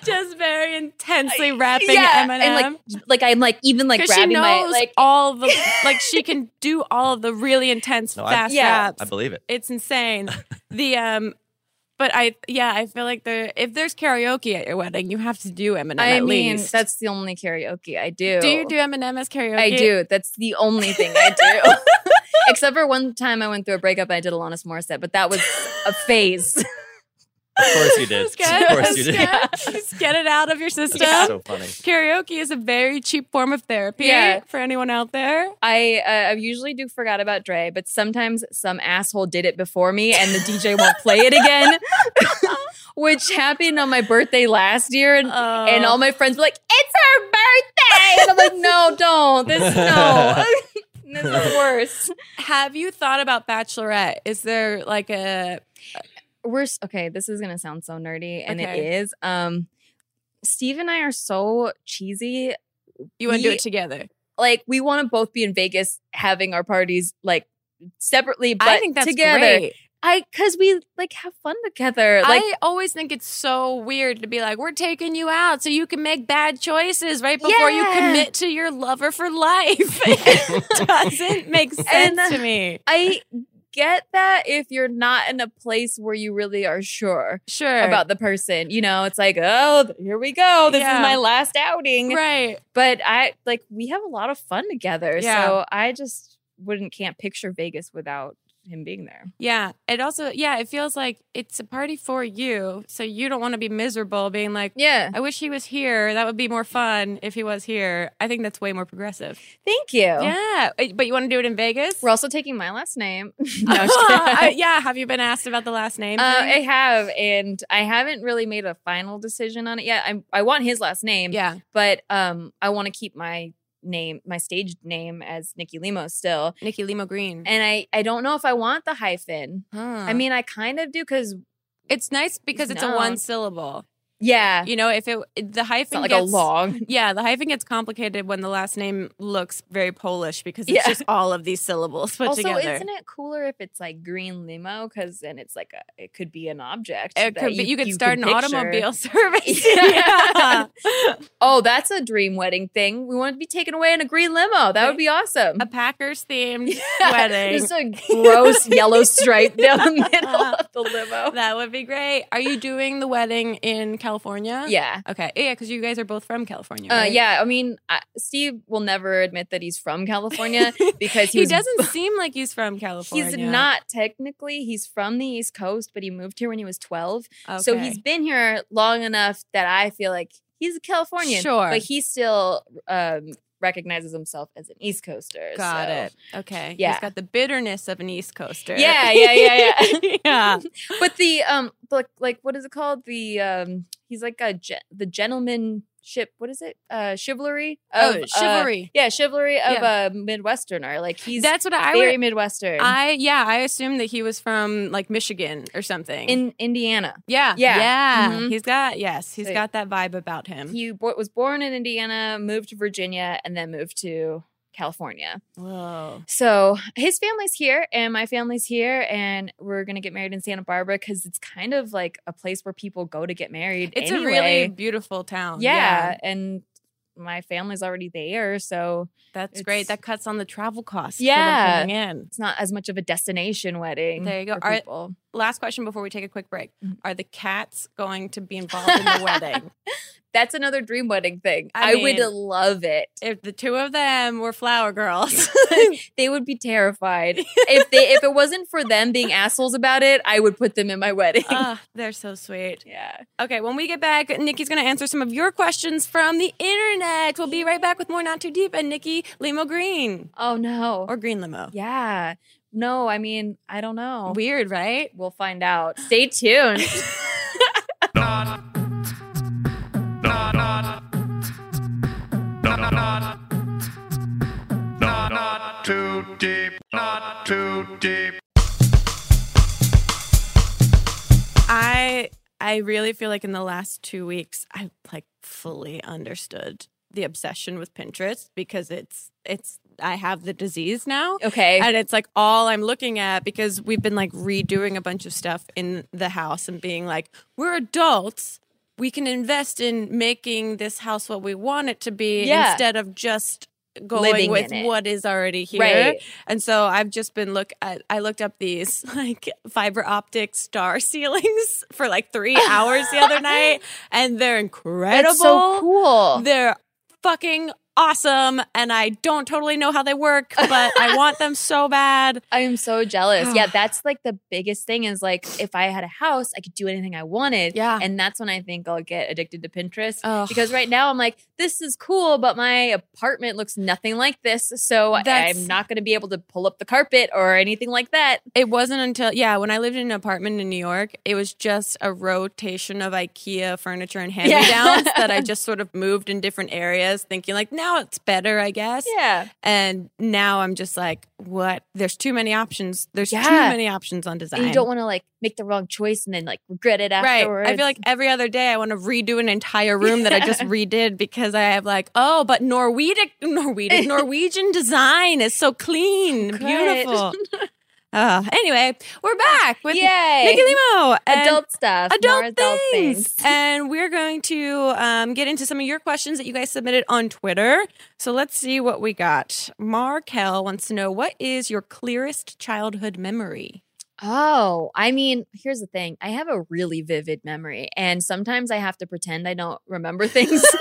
[SPEAKER 3] just very intensely rapping Eminem.
[SPEAKER 4] and like like I'm like even like
[SPEAKER 3] 'Cause
[SPEAKER 4] grabbing
[SPEAKER 3] she
[SPEAKER 4] my
[SPEAKER 3] knows
[SPEAKER 4] like
[SPEAKER 3] all the like she can do all of the really intense
[SPEAKER 5] No, I-
[SPEAKER 3] fast
[SPEAKER 4] Yeah.
[SPEAKER 3] raps.
[SPEAKER 5] I believe it.
[SPEAKER 3] it's insane. the um, but I yeah, I feel like there if there's karaoke at your wedding, you have to do Eminem.
[SPEAKER 4] I
[SPEAKER 3] at
[SPEAKER 4] mean,
[SPEAKER 3] least.
[SPEAKER 4] that's the only karaoke I do.
[SPEAKER 3] do you do Eminem as karaoke?
[SPEAKER 4] I do. That's the only thing I do. Except for one time I went through a breakup and I did Alanis Morissette, but that was a phase.
[SPEAKER 5] Of course you did.
[SPEAKER 3] That's good.
[SPEAKER 5] Of course you
[SPEAKER 3] That's
[SPEAKER 5] did.
[SPEAKER 3] good. Just get it out of your system.
[SPEAKER 5] That's so funny.
[SPEAKER 3] Karaoke is a very cheap form of therapy
[SPEAKER 4] Yeah.
[SPEAKER 3] for anyone out there.
[SPEAKER 4] I uh, I usually do forgot about Dre, but sometimes some asshole did it before me and the DJ won't play it again, which happened on my birthday last year, and, and
[SPEAKER 3] Um,
[SPEAKER 4] all my friends were like, "It's her birthday," and I'm like, "No, don't. This no, this is worse."
[SPEAKER 3] Have you thought about Bachelorette? Is there like a
[SPEAKER 4] we're s- okay this is gonna sound so nerdy and it
[SPEAKER 3] Okay.
[SPEAKER 4] is um steve and i are so cheesy
[SPEAKER 3] you want to do
[SPEAKER 4] Ye-
[SPEAKER 3] it together?
[SPEAKER 4] like we want to both be in vegas having our parties like separately but
[SPEAKER 3] I think that's
[SPEAKER 4] together
[SPEAKER 3] great.
[SPEAKER 4] i because we like have fun together like
[SPEAKER 3] I always think it's so weird to be like, we're taking you out so you can make bad choices right before you
[SPEAKER 4] Yeah.
[SPEAKER 3] commit to your lover for life. it doesn't make sense
[SPEAKER 4] And,
[SPEAKER 3] to me.
[SPEAKER 4] i get that if you're not in a place where you really are sure
[SPEAKER 3] Sure.
[SPEAKER 4] about the person you know it's like oh here we go this
[SPEAKER 3] Yeah.
[SPEAKER 4] is my last outing
[SPEAKER 3] right.
[SPEAKER 4] but I like we have a lot of fun together.
[SPEAKER 3] Yeah.
[SPEAKER 4] So I just wouldn't can't picture Vegas without him being there.
[SPEAKER 3] Yeah. It also, yeah, it feels like it's a party for you. So you don't want to be miserable being like,
[SPEAKER 4] Yeah.
[SPEAKER 3] I wish he was here. That would be more fun if he was here. I think that's way more progressive.
[SPEAKER 4] Thank you.
[SPEAKER 3] Yeah. eh, But you want to do it in Vegas? Uh,
[SPEAKER 4] We're also taking my last name.
[SPEAKER 3] Mm-hmm.
[SPEAKER 4] no, I'm just kidding.
[SPEAKER 3] I- yeah. Have you been asked about the last name?
[SPEAKER 4] Uh,
[SPEAKER 3] thing?
[SPEAKER 4] I have, and I haven't really made a final decision on it yet. I I want his last name,
[SPEAKER 3] yeah.
[SPEAKER 4] but um, I want to keep my name, my stage name as Nikki Limo still.
[SPEAKER 3] Nikki Limo Green.
[SPEAKER 4] And I I don't know if I want the hyphen.
[SPEAKER 3] Huh.
[SPEAKER 4] I mean, I kind of do because
[SPEAKER 3] It's nice because it's a
[SPEAKER 4] No.
[SPEAKER 3] one syllable.
[SPEAKER 4] Yeah.
[SPEAKER 3] You know, if it the hyphen
[SPEAKER 4] It's not like a
[SPEAKER 3] gets,
[SPEAKER 4] long.
[SPEAKER 3] Yeah, the hyphen gets complicated when the last name looks very Polish because it's
[SPEAKER 4] Yeah.
[SPEAKER 3] just all of these syllables put
[SPEAKER 4] also,
[SPEAKER 3] together.
[SPEAKER 4] isn't it cooler if it's like green limo? Because then it's like a, it could be an object.
[SPEAKER 3] It
[SPEAKER 4] that
[SPEAKER 3] could be, uh, you, could start
[SPEAKER 4] can
[SPEAKER 3] an
[SPEAKER 4] picture.
[SPEAKER 3] automobile service.
[SPEAKER 4] Yeah. Oh, that's a dream wedding thing. We want to be taken away in a green limo. That would be awesome.
[SPEAKER 3] a Packers themed wedding.
[SPEAKER 4] Just a gross yellow stripe down the middle of the limo.
[SPEAKER 3] That would be great. Are you doing the wedding in California?
[SPEAKER 4] Yeah.
[SPEAKER 3] Okay. Oh, Yeah, because you guys are both from California.
[SPEAKER 4] Uh,
[SPEAKER 3] right?
[SPEAKER 4] yeah, I mean, I, Steve will never admit that he's from California because he,
[SPEAKER 3] He
[SPEAKER 4] was-
[SPEAKER 3] doesn't seem like he's from California.
[SPEAKER 4] He's not technically. He's from the East Coast, but he moved here when he was twelve. So
[SPEAKER 3] Okay.
[SPEAKER 4] he's been here long enough that I feel like he's a Californian.
[SPEAKER 3] Sure.
[SPEAKER 4] but he still um, recognizes himself as an East Coaster.
[SPEAKER 3] got
[SPEAKER 4] so-
[SPEAKER 3] it. Okay. He's
[SPEAKER 4] yeah.
[SPEAKER 3] got the bitterness of an East Coaster.
[SPEAKER 4] Yeah, yeah, yeah, yeah.
[SPEAKER 3] yeah.
[SPEAKER 4] But the um, like, like what is it called? The um, he's like a gen- the gentleman ship. What is it? Uh, chivalry.
[SPEAKER 3] Oh,
[SPEAKER 4] of, uh,
[SPEAKER 3] chivalry.
[SPEAKER 4] yeah, chivalry of a Midwesterner. Like he's
[SPEAKER 3] That's what I
[SPEAKER 4] very
[SPEAKER 3] would.
[SPEAKER 4] Midwestern
[SPEAKER 3] I yeah. I assumed that he was from like Michigan or something.
[SPEAKER 4] in Indiana.
[SPEAKER 3] yeah.
[SPEAKER 4] yeah.
[SPEAKER 3] Yeah.
[SPEAKER 4] Mhm.
[SPEAKER 3] He's got yes. He's
[SPEAKER 4] So-
[SPEAKER 3] got that vibe about him.
[SPEAKER 4] He bo- was born in Indiana, moved to Virginia, and then moved to California.
[SPEAKER 3] Whoa.
[SPEAKER 4] So his family's here, and my family's here, and we're gonna get married in Santa Barbara because it's kind of like a place where people go to get married.
[SPEAKER 3] It's
[SPEAKER 4] anyway.
[SPEAKER 3] a really beautiful town.
[SPEAKER 4] yeah, and my family's already there, so
[SPEAKER 3] That's
[SPEAKER 4] It's-
[SPEAKER 3] great. That cuts on the travel costs.
[SPEAKER 4] Yeah.
[SPEAKER 3] For them coming in.
[SPEAKER 4] it's not as much of a destination wedding.
[SPEAKER 3] There you go.
[SPEAKER 4] for
[SPEAKER 3] Are-
[SPEAKER 4] people.
[SPEAKER 3] Last question before we take a quick break.
[SPEAKER 4] Mhm.
[SPEAKER 3] Are the cats going to be involved in the wedding?
[SPEAKER 4] That's another dream wedding thing.
[SPEAKER 3] I
[SPEAKER 4] I, would
[SPEAKER 3] mean-
[SPEAKER 4] love it.
[SPEAKER 3] If the two of them were flower girls.
[SPEAKER 4] They would be terrified if they if it wasn't for them being assholes about it. I would put them in my wedding.
[SPEAKER 3] Ah, they're so sweet.
[SPEAKER 4] yeah.
[SPEAKER 3] Okay, when we get back, Nikki's going to answer some of your questions from the internet. We'll be right back with more Not Too Deep and Nikki Limo Green
[SPEAKER 4] Oh no.
[SPEAKER 3] or Green Limo.
[SPEAKER 4] yeah. No, I mean, I don't know.
[SPEAKER 3] Weird, right?
[SPEAKER 4] We'll find out. Stay tuned.
[SPEAKER 2] Not too deep, not too deep.
[SPEAKER 3] I I really feel like in the last two weeks I like fully understood the obsession with Pinterest because it's it's I have the disease now.
[SPEAKER 4] Okay.
[SPEAKER 3] And it's like all I'm looking at because we've been like redoing a bunch of stuff in the house and being like, we're adults. We can invest in making this house what we want it to be
[SPEAKER 4] Yeah.
[SPEAKER 3] instead of just going
[SPEAKER 4] Living
[SPEAKER 3] with
[SPEAKER 4] in it.
[SPEAKER 3] what is already here.
[SPEAKER 4] Right.
[SPEAKER 3] And so I've just been look I, I looked up these like fiber optic star ceilings for like 3 hours the other night and they're incredible.
[SPEAKER 4] That's so cool.
[SPEAKER 3] They're fucking awesome and I don't totally know how they work, but I want them so bad.
[SPEAKER 4] I am so jealous. yeah, that's like the biggest thing is like if I had a house, I could do anything I wanted.
[SPEAKER 3] Yeah.
[SPEAKER 4] And that's when I think I'll get addicted to Pinterest.
[SPEAKER 3] Ugh.
[SPEAKER 4] Because right now I'm like, this is cool, but my apartment looks nothing like this. So
[SPEAKER 3] That's-
[SPEAKER 4] I'm not going to be able to pull up the carpet or anything like that.
[SPEAKER 3] It wasn't until yeah, when I lived in an apartment in New York, it was just a rotation of IKEA furniture and hand me downs that I just sort of moved in different areas thinking like now it's better, I guess.
[SPEAKER 4] Yeah.
[SPEAKER 3] And now I'm just like, what? There's too many options. There's too
[SPEAKER 4] Yeah.
[SPEAKER 3] many options on design.
[SPEAKER 4] And you don't want to like make the wrong choice and then like regret it
[SPEAKER 3] Right.
[SPEAKER 4] afterwards.
[SPEAKER 3] I feel like every other day I want to redo an entire room that I just redid because I have like, oh, but Norwegian Norwegian Norwegian design is so clean, and
[SPEAKER 4] Great.
[SPEAKER 3] beautiful. Uh, anyway, we're back with
[SPEAKER 4] Yay.
[SPEAKER 3] Nikki Limo. and
[SPEAKER 4] adult stuff.
[SPEAKER 3] adult,
[SPEAKER 4] more adult
[SPEAKER 3] things.
[SPEAKER 4] things.
[SPEAKER 3] And we're going to um, get into some of your questions that you guys submitted on Twitter. So let's see what we got. Markel wants to know what is your clearest childhood memory?
[SPEAKER 4] Oh, I mean, here's the thing. I have a really vivid memory, and sometimes I have to pretend I don't remember things.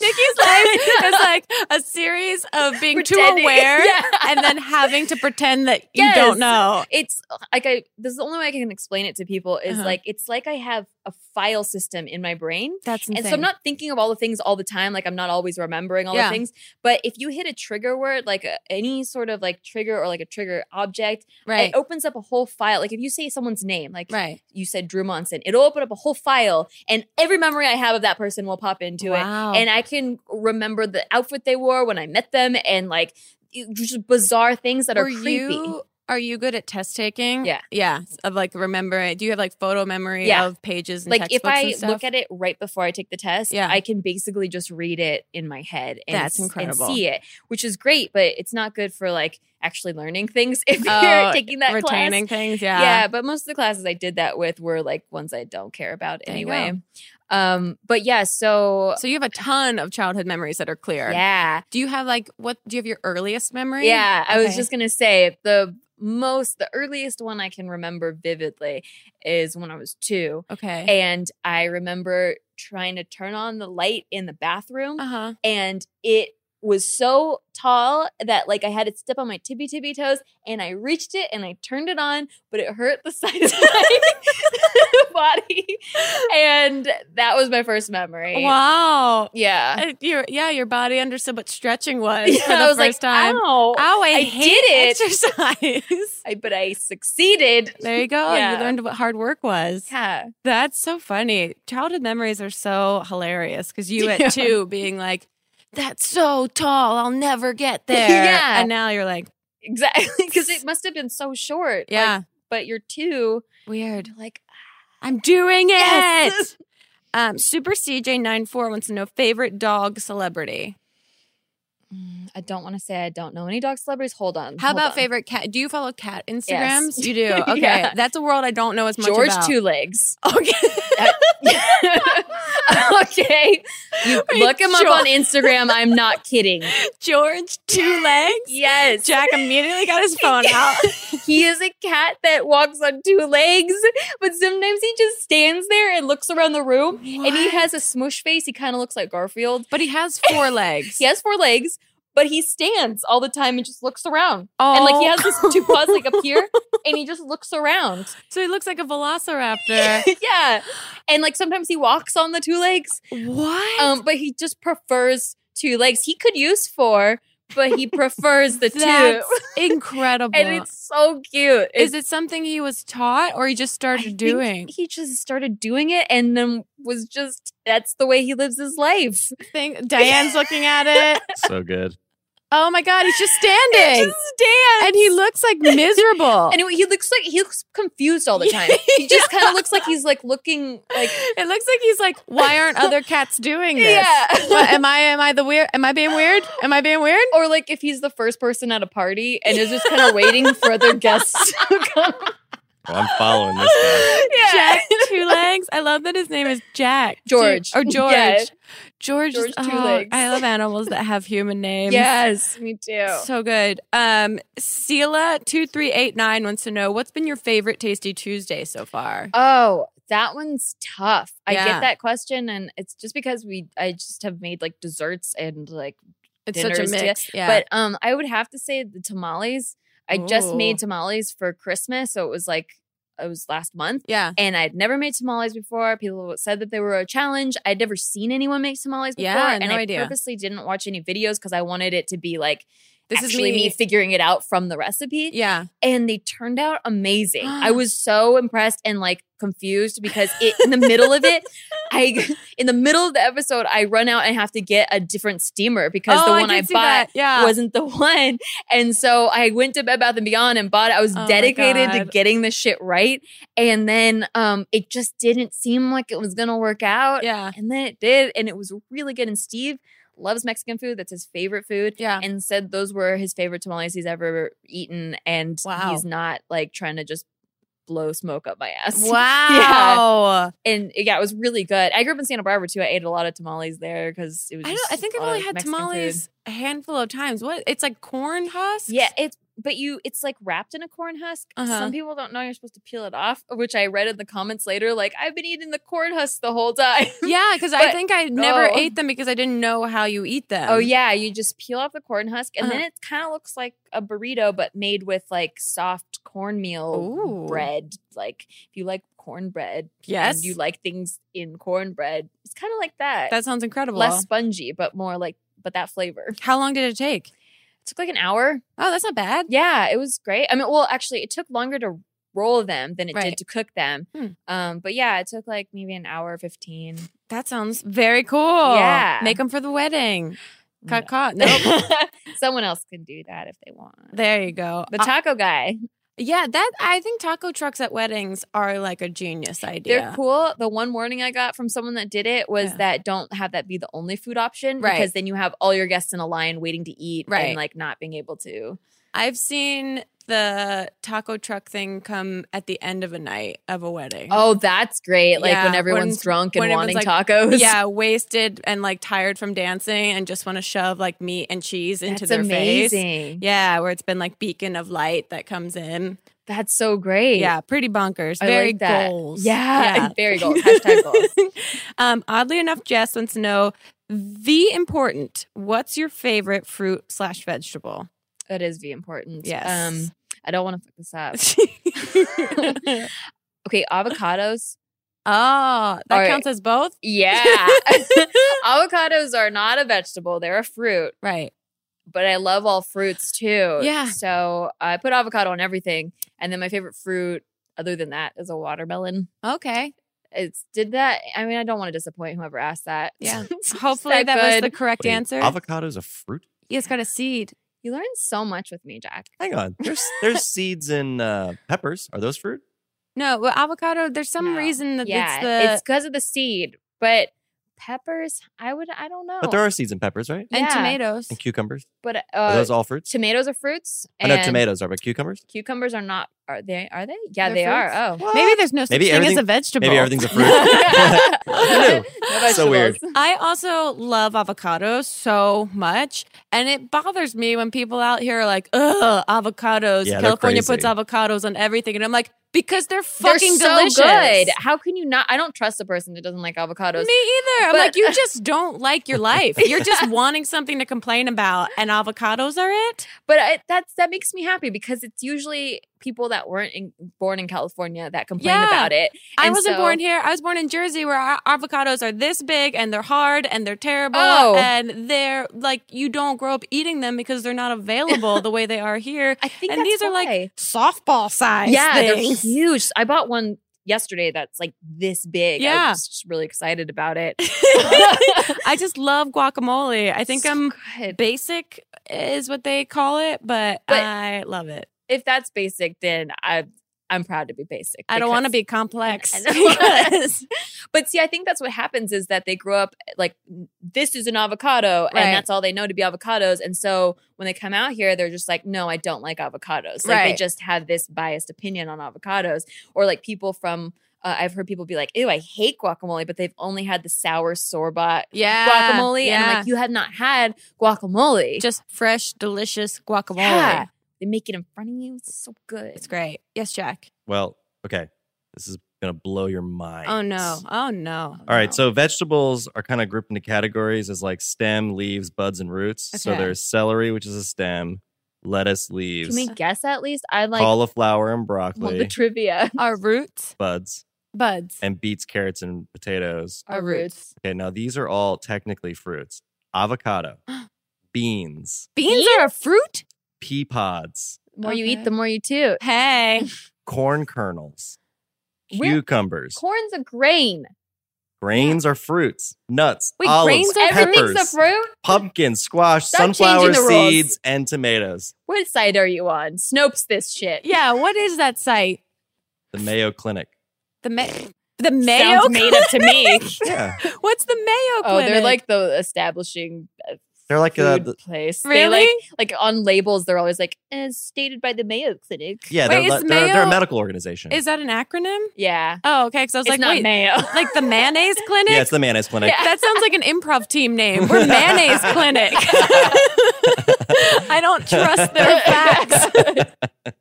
[SPEAKER 3] Nikki's life is like a series of being too
[SPEAKER 4] Pretending.
[SPEAKER 3] aware
[SPEAKER 4] Yeah.
[SPEAKER 3] and then having to pretend that you
[SPEAKER 4] Yes.
[SPEAKER 3] don't know.
[SPEAKER 4] It's like I this is the only way I can explain it to people is
[SPEAKER 3] Uh-huh.
[SPEAKER 4] like it's like I have a file system in my brain.
[SPEAKER 3] That's
[SPEAKER 4] And so I'm not thinking of all the things all the time. Like I'm not always remembering all
[SPEAKER 3] Yeah.
[SPEAKER 4] the things. But if you hit a trigger word, like a, any sort of like trigger or like a trigger object,
[SPEAKER 3] right.
[SPEAKER 4] it opens up a whole file. Like if you say someone's name, like
[SPEAKER 3] right.
[SPEAKER 4] you said Drew Monson, it'll open up a whole file, and every memory I have of that person will pop into it.
[SPEAKER 3] wow.
[SPEAKER 4] and I can remember the outfit they wore when I met them, and like you- e, just bizarre things that
[SPEAKER 3] Were
[SPEAKER 4] are creepy.
[SPEAKER 3] you- Are you good at test taking?
[SPEAKER 4] Yeah.
[SPEAKER 3] yeah. Of like remembering. Do you have like photo memory
[SPEAKER 4] Yeah.
[SPEAKER 3] of pages? And
[SPEAKER 4] Like if
[SPEAKER 3] textbooks
[SPEAKER 4] I
[SPEAKER 3] and
[SPEAKER 4] look
[SPEAKER 3] stuff?
[SPEAKER 4] at it right before I take the test,
[SPEAKER 3] Yeah.
[SPEAKER 4] I can basically just read it in my head and,
[SPEAKER 3] That's
[SPEAKER 4] s- and
[SPEAKER 3] incredible.
[SPEAKER 4] see it, which is great, but it's not good for like actually learning things if
[SPEAKER 3] Oh,
[SPEAKER 4] you're taking that class.
[SPEAKER 3] retaining things, yeah,
[SPEAKER 4] Yeah, but most of the classes I did that with were like ones I don't care about
[SPEAKER 3] There you
[SPEAKER 4] anyway. Um, but yeah, so,
[SPEAKER 3] So you have a ton of childhood memories that are clear.
[SPEAKER 4] yeah,
[SPEAKER 3] Do you have like what? Do you have your earliest memory?
[SPEAKER 4] yeah. I was
[SPEAKER 3] Okay.
[SPEAKER 4] just gonna say the most, the earliest one I can remember vividly is when I was two,
[SPEAKER 3] Okay.
[SPEAKER 4] and I remember trying to turn on the light in the bathroom,
[SPEAKER 3] Uh huh.
[SPEAKER 4] and it was so tall that like I had it step on my tippy tippy toes and I reached it and I turned it on, but it hurt the side of my body. And that was my first memory.
[SPEAKER 3] Wow.
[SPEAKER 4] Yeah.
[SPEAKER 3] Uh, Your yeah, your body understood what stretching was
[SPEAKER 4] Yeah,
[SPEAKER 3] for the
[SPEAKER 4] I was
[SPEAKER 3] first
[SPEAKER 4] like,
[SPEAKER 3] time.
[SPEAKER 4] ow.
[SPEAKER 3] Ow, I,
[SPEAKER 4] Oh, I
[SPEAKER 3] hate
[SPEAKER 4] did
[SPEAKER 3] exercise.
[SPEAKER 4] I- but I succeeded.
[SPEAKER 3] there you go.
[SPEAKER 4] Yeah.
[SPEAKER 3] You learned what hard work was.
[SPEAKER 4] Yeah.
[SPEAKER 3] That's so funny. Childhood memories are so hilarious because you
[SPEAKER 4] Yeah.
[SPEAKER 3] at two being like, "That's so tall, I'll never get there."
[SPEAKER 4] Yeah.
[SPEAKER 3] and now you're like,
[SPEAKER 4] Exactly. Because it must have been so short. like,
[SPEAKER 3] "Yeah,
[SPEAKER 4] but you're two.
[SPEAKER 3] weird.
[SPEAKER 4] You're like,
[SPEAKER 3] I'm doing it."
[SPEAKER 4] Yes.
[SPEAKER 3] Um, Super CJ94 wants to know favorite dog celebrity.
[SPEAKER 4] "Mm, I don't want to say I don't know any dog celebrities. Hold on.
[SPEAKER 3] How
[SPEAKER 4] hold
[SPEAKER 3] about
[SPEAKER 4] on.
[SPEAKER 3] favorite cat? Do you follow cat Instagrams? You do.
[SPEAKER 4] Yeah.
[SPEAKER 3] Okay, that's a world I don't know as much
[SPEAKER 4] George
[SPEAKER 3] about.
[SPEAKER 4] Two Legs?
[SPEAKER 3] Okay.
[SPEAKER 4] Uh, okay. You
[SPEAKER 3] Wait,
[SPEAKER 4] look him up on Instagram. I'm not kidding.
[SPEAKER 3] George Two Legs.
[SPEAKER 4] Yes.
[SPEAKER 3] Jack immediately got his phone out.
[SPEAKER 4] He is a cat that walks on two legs, but sometimes he just stands there and looks around the room and he has a smush face. He kind of looks like Garfield.
[SPEAKER 3] But he has four legs.
[SPEAKER 4] He has four legs, but he stands all the time and just looks around.
[SPEAKER 3] Oh.
[SPEAKER 4] And like he has his two paws like up here and he just looks around.
[SPEAKER 3] So he looks like a velociraptor.
[SPEAKER 4] yeah. And like sometimes he walks on the two legs.
[SPEAKER 3] what?
[SPEAKER 4] Um, but he just prefers two legs. He could use four, but he prefers the
[SPEAKER 3] That's
[SPEAKER 4] two.
[SPEAKER 3] incredible.
[SPEAKER 4] And it's so cute.
[SPEAKER 3] Is it something he was taught or he just
[SPEAKER 4] I
[SPEAKER 3] started
[SPEAKER 4] think
[SPEAKER 3] doing?
[SPEAKER 4] He just started doing it and then was just that's the way he lives his life.
[SPEAKER 3] Think- Diane's looking at it.
[SPEAKER 5] So good.
[SPEAKER 3] Oh my God, he's just
[SPEAKER 4] He
[SPEAKER 3] standing.
[SPEAKER 4] just stands.
[SPEAKER 3] and he looks like miserable.
[SPEAKER 4] Anyway, he looks like he looks confused all the time. He just kind of looks like he's like looking like
[SPEAKER 3] it looks like he's like, why aren't other cats doing this?
[SPEAKER 4] Yeah.
[SPEAKER 3] What, am I am I the weird am I being weird? Am I being weird?
[SPEAKER 4] or like if he's the first person at a party and is just kind of waiting for other guests to come.
[SPEAKER 5] Well, I'm following this guy.
[SPEAKER 3] Jack Two Legs. I love that his name is Jack.
[SPEAKER 4] George.
[SPEAKER 3] Or George.
[SPEAKER 4] Yeah.
[SPEAKER 3] George.
[SPEAKER 4] George
[SPEAKER 3] George
[SPEAKER 4] Two Legs.
[SPEAKER 3] I love animals that have human names.
[SPEAKER 4] Yes, me too.
[SPEAKER 3] So good. Um Sela2389 wants to know what's been your favorite Tasty Tuesday so far?
[SPEAKER 4] Oh, that one's tough. I
[SPEAKER 3] Yeah.
[SPEAKER 4] get that question, and it's just because we I just have made like desserts and like,
[SPEAKER 3] It's such a
[SPEAKER 4] dinners together.
[SPEAKER 3] mix. Yeah.
[SPEAKER 4] but um, I would have to say the tamales. I just
[SPEAKER 3] Ooh.
[SPEAKER 4] made tamales for Christmas, so it was like it was last month,
[SPEAKER 3] yeah.
[SPEAKER 4] and I'd never made tamales before. People said that they were a challenge. I'd never seen anyone make tamales before,
[SPEAKER 3] Yeah,
[SPEAKER 4] and
[SPEAKER 3] no
[SPEAKER 4] I
[SPEAKER 3] idea.
[SPEAKER 4] purposely didn't watch any videos because I wanted it to be like
[SPEAKER 3] This
[SPEAKER 4] actually
[SPEAKER 3] is me.
[SPEAKER 4] figuring it out from the recipe
[SPEAKER 3] yeah.
[SPEAKER 4] and they turned out amazing. I was so impressed and like confused because it in the middle of it, I in the middle of the episode, I run out and have to get a different steamer because
[SPEAKER 3] Oh,
[SPEAKER 4] the one
[SPEAKER 3] did
[SPEAKER 4] I,
[SPEAKER 3] see
[SPEAKER 4] bought
[SPEAKER 3] that. Yeah.
[SPEAKER 4] wasn't the one. And so I went to Bed Bath and Beyond and bought it. I was
[SPEAKER 3] Oh my
[SPEAKER 4] dedicated to
[SPEAKER 3] God.
[SPEAKER 4] getting the shit right, and then um, it just didn't seem like it was gonna work out.
[SPEAKER 3] yeah.
[SPEAKER 4] And then it did, and it was really good. And Steve loves Mexican food; that's his favorite food
[SPEAKER 3] Yeah.
[SPEAKER 4] and said those were his favorite tamales he's ever eaten, and
[SPEAKER 3] Wow.
[SPEAKER 4] he's not like trying to just blow smoke up my ass.
[SPEAKER 3] Wow.
[SPEAKER 4] And yeah, it was really good. I grew up in Santa Barbara too. I ate a lot of tamales there because it was.
[SPEAKER 3] I
[SPEAKER 4] just
[SPEAKER 3] don't I think
[SPEAKER 4] a
[SPEAKER 3] I've
[SPEAKER 4] lot
[SPEAKER 3] only
[SPEAKER 4] of
[SPEAKER 3] had
[SPEAKER 4] Mexican food.
[SPEAKER 3] tamales a handful of times. What? It's like corn husks?
[SPEAKER 4] Yeah, it's but you it's like wrapped in a corn husk.
[SPEAKER 3] Uh-huh.
[SPEAKER 4] Some people don't know you're supposed to peel it off, which I read in the comments later. Like I've been eating the corn husk the whole time.
[SPEAKER 3] Yeah, because I
[SPEAKER 4] But-
[SPEAKER 3] think I never
[SPEAKER 4] oh.
[SPEAKER 3] ate them because I didn't know how you eat them.
[SPEAKER 4] Oh yeah, you just peel off the corn husk, and
[SPEAKER 3] Mm-hmm. Uh-huh.
[SPEAKER 4] then it kind of looks like a burrito, but made with like soft cornmeal
[SPEAKER 3] Ooh.
[SPEAKER 4] bread. Like if you like cornbread,
[SPEAKER 3] Yes.
[SPEAKER 4] and you like things in cornbread, it's kind of like that.
[SPEAKER 3] that sounds incredible.
[SPEAKER 4] less spongy, but more like but that flavor. It
[SPEAKER 3] How long did it take?
[SPEAKER 4] took like an hour.
[SPEAKER 3] Oh, that's not bad.
[SPEAKER 4] Yeah, it was great. I mean, well, actually, it took longer to roll them than it
[SPEAKER 3] Right.
[SPEAKER 4] did to cook them.
[SPEAKER 3] Hmm.
[SPEAKER 4] Um, but yeah, it took like maybe an hour fifteen.
[SPEAKER 3] That sounds very cool.
[SPEAKER 4] Yeah.
[SPEAKER 3] Make them for the wedding. Cut,
[SPEAKER 4] No.
[SPEAKER 3] cut. Nope.
[SPEAKER 4] Someone else can do that if they want.
[SPEAKER 3] there you go.
[SPEAKER 4] The
[SPEAKER 3] Uh,
[SPEAKER 4] taco guy.
[SPEAKER 3] Yeah, that I think taco trucks at weddings are like a genius idea.
[SPEAKER 4] They're cool. The one warning I got from someone that did it was
[SPEAKER 3] Yeah.
[SPEAKER 4] that don't have that be the only food option
[SPEAKER 3] Right.
[SPEAKER 4] because then you have all your guests in a line waiting to eat
[SPEAKER 3] Right.
[SPEAKER 4] and like not being able to.
[SPEAKER 3] I've seen the taco truck thing come at the end of a night of a wedding.
[SPEAKER 4] Oh, that's great. Like
[SPEAKER 3] Yeah,
[SPEAKER 4] when everyone's
[SPEAKER 3] when-
[SPEAKER 4] drunk and
[SPEAKER 3] when
[SPEAKER 4] wanting
[SPEAKER 3] everyone's
[SPEAKER 4] tacos.
[SPEAKER 3] Yeah, wasted and like tired from dancing and just want to shove like meat and cheese into
[SPEAKER 4] That's
[SPEAKER 3] their face.
[SPEAKER 4] amazing.
[SPEAKER 3] Yeah, where it's been like beacon of light that comes in.
[SPEAKER 4] That's so great.
[SPEAKER 3] Yeah, pretty bonkers.
[SPEAKER 4] I
[SPEAKER 3] Very
[SPEAKER 4] like that.
[SPEAKER 3] goals.
[SPEAKER 4] Yeah. Very goals. Hashtag goals.
[SPEAKER 3] um, oddly enough, Jess wants to know the important. What's your favorite fruit slash vegetable?
[SPEAKER 4] That is the important.
[SPEAKER 3] Yes.
[SPEAKER 4] Um, I don't want to fuck this up. okay, avocados.
[SPEAKER 3] Oh, that
[SPEAKER 4] All right.
[SPEAKER 3] counts as both?
[SPEAKER 4] Yeah. avocados are not a vegetable, they're a fruit,
[SPEAKER 3] Right.
[SPEAKER 4] but I love all fruits too.
[SPEAKER 3] Yeah.
[SPEAKER 4] So I put avocado on everything. And then my favorite fruit, other than that, is a watermelon.
[SPEAKER 3] Okay.
[SPEAKER 4] It's did that. I mean, I don't want to disappoint whoever asked that.
[SPEAKER 3] Yeah.
[SPEAKER 4] It's
[SPEAKER 3] Hopefully that, was
[SPEAKER 4] good.
[SPEAKER 3] the correct
[SPEAKER 5] Wait,
[SPEAKER 3] answer.
[SPEAKER 5] Avocado's a fruit?
[SPEAKER 3] Yeah, it's got a seed.
[SPEAKER 4] You learned so much with me, Jack.
[SPEAKER 5] Hang on. There's there's seeds in uh, peppers. Are those fruit?
[SPEAKER 3] No, well, avocado, there's some
[SPEAKER 4] No.
[SPEAKER 3] reason that
[SPEAKER 4] yeah,
[SPEAKER 3] it's the.
[SPEAKER 4] it's because of the seed, but peppers, I would, I don't know.
[SPEAKER 5] But there
[SPEAKER 3] Oh.
[SPEAKER 5] are seeds in peppers, right?
[SPEAKER 3] and
[SPEAKER 4] yeah.
[SPEAKER 3] tomatoes.
[SPEAKER 5] And cucumbers.
[SPEAKER 4] But uh,
[SPEAKER 5] Are those all fruits?
[SPEAKER 4] tomatoes are fruits.
[SPEAKER 5] I know
[SPEAKER 4] and
[SPEAKER 5] tomatoes are, but cucumbers?
[SPEAKER 4] Cucumbers are not. Are they? Are they? Yeah,
[SPEAKER 3] They're
[SPEAKER 4] they are.
[SPEAKER 3] fruits? Maybe there's no such
[SPEAKER 5] Maybe
[SPEAKER 3] thing as a
[SPEAKER 5] everything-
[SPEAKER 3] vegetable.
[SPEAKER 5] Maybe everything's a fruit.
[SPEAKER 4] Oh.
[SPEAKER 5] Who
[SPEAKER 4] No
[SPEAKER 5] So weird.
[SPEAKER 4] vegetables.
[SPEAKER 3] I also love avocados so much, and it bothers me when people out here are like, "Ugh, avocados!
[SPEAKER 5] Yeah, they're
[SPEAKER 3] California puts
[SPEAKER 5] crazy.
[SPEAKER 3] avocados on everything," and I'm like, "Because they're
[SPEAKER 4] They're
[SPEAKER 3] fucking
[SPEAKER 4] so
[SPEAKER 3] delicious."
[SPEAKER 4] good. How can you not? I don't trust a person that doesn't like avocados.
[SPEAKER 3] Me either. I'm
[SPEAKER 4] But-
[SPEAKER 3] like, you just don't like your life. You're just wanting something to complain about, and avocados are it.
[SPEAKER 4] But I, that's that makes me happy because it's usually people that weren't in, born in California that complain
[SPEAKER 3] Yeah.
[SPEAKER 4] about it.
[SPEAKER 3] I
[SPEAKER 4] And
[SPEAKER 3] wasn't
[SPEAKER 4] so-
[SPEAKER 3] born here. I was born in Jersey, where our avocados are this big and they're hard and they're terrible.
[SPEAKER 4] Oh.
[SPEAKER 3] And they're like, you don't grow up eating them because they're not available the way they are here.
[SPEAKER 4] I think
[SPEAKER 3] And
[SPEAKER 4] that's
[SPEAKER 3] these are like
[SPEAKER 4] why.
[SPEAKER 3] Softball size.
[SPEAKER 4] yeah,
[SPEAKER 3] things.
[SPEAKER 4] they're huge. I bought one yesterday that's like this big. I
[SPEAKER 3] Yeah.
[SPEAKER 4] was just really excited about it.
[SPEAKER 3] I just love guacamole. I think
[SPEAKER 4] So
[SPEAKER 3] I'm
[SPEAKER 4] good.
[SPEAKER 3] basic is what they call it, but,
[SPEAKER 4] But-
[SPEAKER 3] I love it.
[SPEAKER 4] if that's basic, then I I'm proud to be basic.
[SPEAKER 3] I don't want to
[SPEAKER 4] because-
[SPEAKER 3] be complex.
[SPEAKER 4] I know. But see, I think that's what happens is that they grow up like this is an avocado,
[SPEAKER 3] Right.
[SPEAKER 4] and that's all they know to be avocados. And so when they come out here, they're just like, no, I don't like avocados. Like they
[SPEAKER 3] Right.
[SPEAKER 4] just have this biased opinion on avocados, or like people from. Uh, I've heard people be like, "Ew, I hate guacamole," but they've only had the sour sorbet
[SPEAKER 3] yeah.
[SPEAKER 4] guacamole, and I'm
[SPEAKER 3] Ah, yeah.
[SPEAKER 4] like, "You have not had guacamole."
[SPEAKER 3] just fresh, delicious guacamole.
[SPEAKER 4] yeah, they make it in front of you. It's so good.
[SPEAKER 3] It's great. Yes, Jack.
[SPEAKER 5] Well, okay. This is gonna blow your mind.
[SPEAKER 3] Oh no. Oh no.
[SPEAKER 5] All right, so vegetables are kind of grouped into categories as like stem, leaves, buds, and roots. So
[SPEAKER 3] Okay.
[SPEAKER 5] there's celery, which is a stem, lettuce, leaves,
[SPEAKER 4] Can we guess at least? I like
[SPEAKER 5] cauliflower, and
[SPEAKER 4] love
[SPEAKER 5] broccoli,
[SPEAKER 4] the trivia.
[SPEAKER 3] Our roots,
[SPEAKER 5] buds,
[SPEAKER 3] buds,
[SPEAKER 5] and beets, carrots, and potatoes.
[SPEAKER 3] Our roots.
[SPEAKER 5] Okay, now these are all technically fruits. Avocado, beans,
[SPEAKER 3] beans, are a fruit.
[SPEAKER 5] pea pods,
[SPEAKER 4] The more you
[SPEAKER 3] Okay.
[SPEAKER 4] eat, the more you toot.
[SPEAKER 3] Hey,
[SPEAKER 5] corn kernels,
[SPEAKER 4] Where-
[SPEAKER 5] cucumbers.
[SPEAKER 4] Corn's a grain.
[SPEAKER 5] grains are fruits, nuts,
[SPEAKER 3] Wait,
[SPEAKER 5] olives,
[SPEAKER 3] grains are fruits?
[SPEAKER 5] peppers,
[SPEAKER 4] Everything's a fruit.
[SPEAKER 5] pumpkin, squash,
[SPEAKER 4] Stop changing
[SPEAKER 5] sunflower
[SPEAKER 4] the rules.
[SPEAKER 5] seeds, and tomatoes.
[SPEAKER 4] What side are you on? Snopes this shit.
[SPEAKER 3] yeah. What is that site?
[SPEAKER 5] The Mayo Clinic.
[SPEAKER 3] The May. The Mayo.
[SPEAKER 4] Sounds made up to me.
[SPEAKER 5] Yeah,
[SPEAKER 3] Clinic? What's the
[SPEAKER 4] oh,
[SPEAKER 3] Mayo?
[SPEAKER 4] they're
[SPEAKER 3] Clinic?
[SPEAKER 4] like the establishing uh,
[SPEAKER 5] they're like uh,
[SPEAKER 4] food
[SPEAKER 5] the,
[SPEAKER 4] place. They,
[SPEAKER 3] Really?
[SPEAKER 4] like, like on labels, they're always like, as stated by the Mayo Clinic.
[SPEAKER 5] yeah,
[SPEAKER 3] Wait,
[SPEAKER 5] they're,
[SPEAKER 3] is
[SPEAKER 5] le- they're, they're a
[SPEAKER 3] Mayo-
[SPEAKER 5] medical organization.
[SPEAKER 3] Is that an acronym?
[SPEAKER 4] Yeah.
[SPEAKER 3] Oh, okay. Because I was
[SPEAKER 4] It's
[SPEAKER 3] like,
[SPEAKER 4] not
[SPEAKER 3] wait,
[SPEAKER 4] Mayo.
[SPEAKER 3] like the mayonnaise clinic.
[SPEAKER 5] yeah, it's the mayonnaise clinic.
[SPEAKER 4] Yeah.
[SPEAKER 3] that sounds like an improv team name. We're mayonnaise clinic. I don't trust their facts.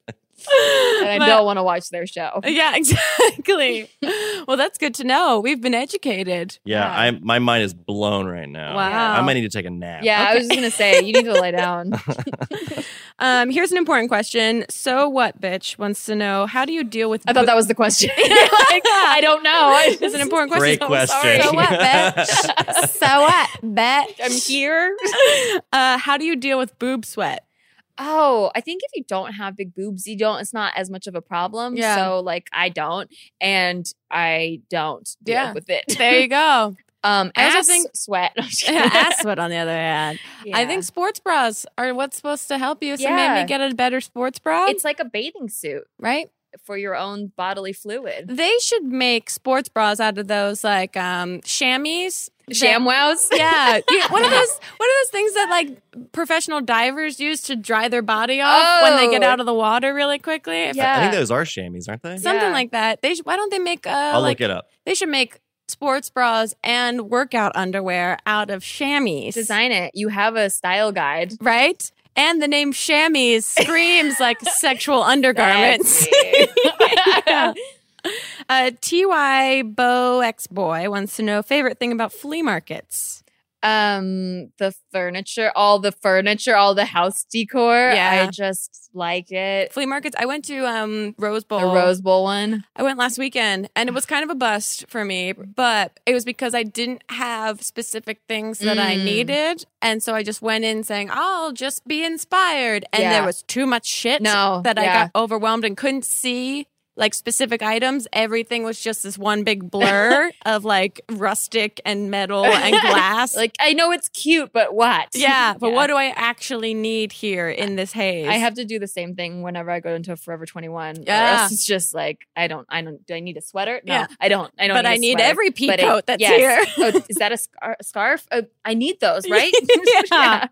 [SPEAKER 4] and I
[SPEAKER 3] But-
[SPEAKER 4] don't want to watch their show.
[SPEAKER 3] Yeah, exactly. Well, that's good to know. We've been educated.
[SPEAKER 5] Yeah,
[SPEAKER 4] Yeah.
[SPEAKER 5] I'm, my mind is blown right now.
[SPEAKER 3] Wow.
[SPEAKER 5] I might need to take a nap.
[SPEAKER 4] Yeah, I
[SPEAKER 3] Okay.
[SPEAKER 4] was just gonna say you need to lie down.
[SPEAKER 3] Um, here's an important question. So what, bitch, wants to know how do you deal with?
[SPEAKER 4] I thought that was the question.
[SPEAKER 3] like,
[SPEAKER 4] I don't know. I
[SPEAKER 3] It's
[SPEAKER 4] just-
[SPEAKER 3] an important question.
[SPEAKER 5] Great
[SPEAKER 3] I'm sorry.
[SPEAKER 5] question.
[SPEAKER 3] So what, bitch? so what, bitch?
[SPEAKER 4] I'm
[SPEAKER 3] here. Uh, how do you deal with boob sweat?
[SPEAKER 4] Oh, I think if you don't have big boobs, you don't. It's not as much of a problem.
[SPEAKER 3] Yeah.
[SPEAKER 4] So like, I don't, and I don't deal
[SPEAKER 3] Yeah.
[SPEAKER 4] with it.
[SPEAKER 3] There you go.
[SPEAKER 4] Um,
[SPEAKER 3] I also
[SPEAKER 4] ass
[SPEAKER 3] think-
[SPEAKER 4] sweat. I'm just kidding.
[SPEAKER 3] Ass sweat, on the other hand. I
[SPEAKER 4] Yeah.
[SPEAKER 3] think sports bras are what's supposed to help you. So
[SPEAKER 4] Yeah.
[SPEAKER 3] maybe get a better sports bra,
[SPEAKER 4] it's like a bathing suit
[SPEAKER 3] right?
[SPEAKER 4] for your own bodily fluid.
[SPEAKER 3] They should make sports bras out of those like um chamois. that-
[SPEAKER 4] ShamWows.
[SPEAKER 3] Yeah, You- one of those one of those things that like professional divers use to dry their body off when they get
[SPEAKER 4] Oh.
[SPEAKER 3] out of the water really quickly. If-
[SPEAKER 5] I think
[SPEAKER 4] Yeah.
[SPEAKER 5] those are chamois, aren't they?
[SPEAKER 3] Something
[SPEAKER 4] Yeah.
[SPEAKER 3] like that. They sh- why don't they make uh,
[SPEAKER 5] I'll
[SPEAKER 3] like
[SPEAKER 5] look it up.
[SPEAKER 3] they should make sports bras and workout underwear out of chamois.
[SPEAKER 4] Design it. You have a style guide.
[SPEAKER 3] right? And the name chamois screams like sexual undergarments.
[SPEAKER 4] That's me.
[SPEAKER 3] Uh, Ty Bo X Boy wants to know favorite thing about flea markets.
[SPEAKER 4] um, the furniture, all the furniture, all the house decor.
[SPEAKER 3] Yeah.
[SPEAKER 4] I just like it.
[SPEAKER 3] Flea markets. I went to um, Rose Bowl.
[SPEAKER 4] The Rose Bowl one.
[SPEAKER 3] I went last weekend, and it was kind of a bust for me, but it was because I didn't have specific things that I
[SPEAKER 4] Mm.
[SPEAKER 3] needed, and so I just went in saying, "I'll just be inspired," and
[SPEAKER 4] Yeah.
[SPEAKER 3] there was too much shit
[SPEAKER 4] No,
[SPEAKER 3] that I
[SPEAKER 4] yeah.
[SPEAKER 3] got overwhelmed and couldn't see like specific items. Everything was just this one big blur of like rustic and metal and glass.
[SPEAKER 4] Like I know it's cute, but what?
[SPEAKER 3] yeah, but what do I actually need here in this haze?
[SPEAKER 4] I have to do the same thing whenever I go into Forever 21. Or
[SPEAKER 3] Yeah.
[SPEAKER 4] else it's just like, I don't, I don't, do I need a sweater? No,
[SPEAKER 3] Yeah.
[SPEAKER 4] I don't. I don't
[SPEAKER 3] but
[SPEAKER 4] need a
[SPEAKER 3] I need
[SPEAKER 4] sweater.
[SPEAKER 3] every pea
[SPEAKER 4] But it-
[SPEAKER 3] coat that's here.
[SPEAKER 4] yes. oh, is that a, scar- a scarf? Oh, I need those, right?
[SPEAKER 3] Yeah.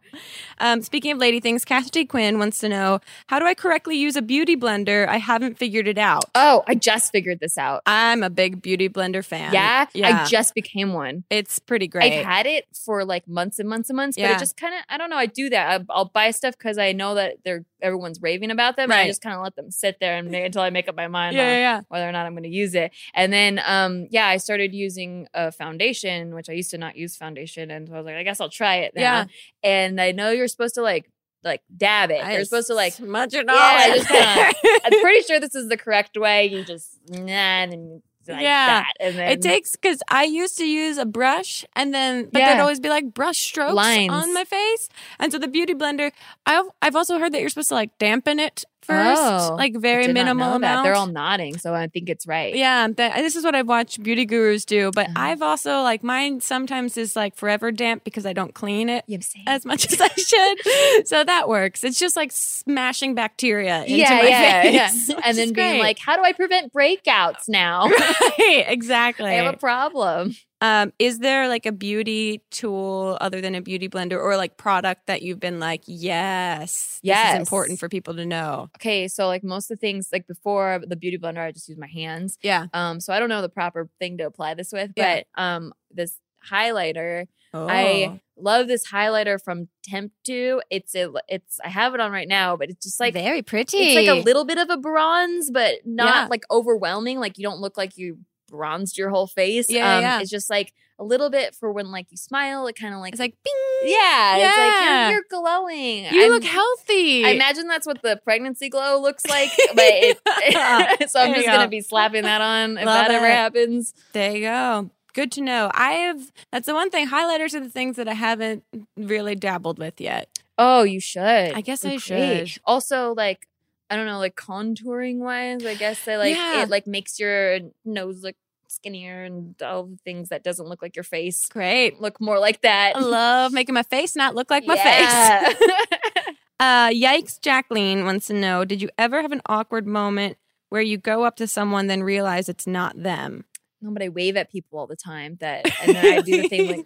[SPEAKER 3] Um, speaking of lady things, Cassidy Quinn wants to know how do I correctly use a beauty blender? I haven't figured it out.
[SPEAKER 4] Oh, I just figured this out.
[SPEAKER 3] I'm a big beauty blender fan.
[SPEAKER 4] yeah,
[SPEAKER 3] yeah.
[SPEAKER 4] I just became one.
[SPEAKER 3] it's pretty great.
[SPEAKER 4] I've had it for like months and months and months, but
[SPEAKER 3] Yeah.
[SPEAKER 4] it just kind of, I don't know. I do that. I, I'll buy stuff because I know that they're everyone's raving about them. And
[SPEAKER 3] Right.
[SPEAKER 4] I just kind of let them sit there and ma- until I make up my mind.
[SPEAKER 3] yeah,
[SPEAKER 4] on
[SPEAKER 3] yeah, yeah.
[SPEAKER 4] whether or not I'm going to use it. And then, um, yeah, I started using a foundation, which I used to not use foundation, and so I was like, I guess I'll try it. Now.
[SPEAKER 3] Yeah.
[SPEAKER 4] And I know you're supposed to like like dab it.
[SPEAKER 3] I
[SPEAKER 4] You're supposed to like.
[SPEAKER 3] smudge it
[SPEAKER 4] Yeah,
[SPEAKER 3] all.
[SPEAKER 4] I
[SPEAKER 3] in.
[SPEAKER 4] just kinda- I'm pretty sure this is the correct way. You just nah, and then like
[SPEAKER 3] Yeah.
[SPEAKER 4] that, and then
[SPEAKER 3] it takes because I used to use a brush and then, but
[SPEAKER 4] Yeah.
[SPEAKER 3] they'd always be like brush strokes
[SPEAKER 4] Lines.
[SPEAKER 3] on my face. And so the beauty blender, I've I've also heard that you're supposed to like dampen it first,
[SPEAKER 4] Oh,
[SPEAKER 3] like
[SPEAKER 4] I
[SPEAKER 3] very
[SPEAKER 4] did not know
[SPEAKER 3] minimal
[SPEAKER 4] that.
[SPEAKER 3] amount.
[SPEAKER 4] They're all nodding, so I think it's right.
[SPEAKER 3] Yeah, that, this is what I've watched beauty gurus do, but
[SPEAKER 4] Uh-huh.
[SPEAKER 3] I've also like mine sometimes is like forever damp because I don't clean it
[SPEAKER 4] you know what I'm saying?
[SPEAKER 3] as much as I should. so that works. It's just like smashing bacteria into my face. which
[SPEAKER 4] and
[SPEAKER 3] is
[SPEAKER 4] then being
[SPEAKER 3] great.
[SPEAKER 4] like, "How do I prevent breakouts now?
[SPEAKER 3] Right, exactly.
[SPEAKER 4] I have a problem."
[SPEAKER 3] um, is there like a beauty tool other than a beauty blender or like product that you've been like, yes, this
[SPEAKER 4] Yes.
[SPEAKER 3] is important for people to know?
[SPEAKER 4] okay, so like most of the things, like before the beauty blender, I just use my hands.
[SPEAKER 3] Yeah.
[SPEAKER 4] Um, so I don't know the proper thing to apply this with,
[SPEAKER 3] Yeah.
[SPEAKER 4] but um, this highlighter,
[SPEAKER 3] Oh.
[SPEAKER 4] I love this highlighter from Temptu. It's a, it's I have it on right now, but it's just like
[SPEAKER 3] very pretty.
[SPEAKER 4] it's like a little bit of a bronze, but not
[SPEAKER 3] Yeah.
[SPEAKER 4] like overwhelming. Like you don't look like you bronzed your whole face.
[SPEAKER 3] Yeah,
[SPEAKER 4] um,
[SPEAKER 3] yeah.
[SPEAKER 4] it's just like a little bit for when like you smile. It kind of like
[SPEAKER 3] It's like,
[SPEAKER 4] yeah,
[SPEAKER 3] bing. Yeah.
[SPEAKER 4] it's like you're, you're glowing.
[SPEAKER 3] You
[SPEAKER 4] I'm-
[SPEAKER 3] look healthy.
[SPEAKER 4] I imagine that's what the pregnancy glow looks like, but it, so I'm
[SPEAKER 3] Uh, There you
[SPEAKER 4] just gonna
[SPEAKER 3] go.
[SPEAKER 4] be slapping that on if
[SPEAKER 3] Love
[SPEAKER 4] that ever
[SPEAKER 3] it.
[SPEAKER 4] happens.
[SPEAKER 3] There you go. Good to know. I have, that's the one thing. Highlighters are the things that I haven't really dabbled with yet.
[SPEAKER 4] Oh, you should.
[SPEAKER 3] I guess I
[SPEAKER 4] They're
[SPEAKER 3] should.
[SPEAKER 4] great. Also, like I don't know, like contouring wise, I guess they like
[SPEAKER 3] Yeah.
[SPEAKER 4] it like makes your nose look skinnier and all the things that doesn't look like your face
[SPEAKER 3] Great.
[SPEAKER 4] look more like that.
[SPEAKER 3] I love making my face not look like my face.
[SPEAKER 4] Yeah.
[SPEAKER 3] Uh, yikes, Jacqueline wants to know Did you ever have an awkward moment where you go up to someone, then realize it's not them?
[SPEAKER 4] no, but I wave at people all the time. That and then I do the thing like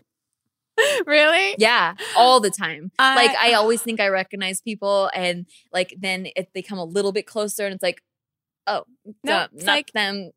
[SPEAKER 3] Really?
[SPEAKER 4] yeah, all the time.
[SPEAKER 3] I- uh,
[SPEAKER 4] like I always think I recognize people, and like then if they come a little bit closer, and it's like, oh,
[SPEAKER 3] No,
[SPEAKER 4] no,
[SPEAKER 3] it's
[SPEAKER 4] not
[SPEAKER 3] like-
[SPEAKER 4] them.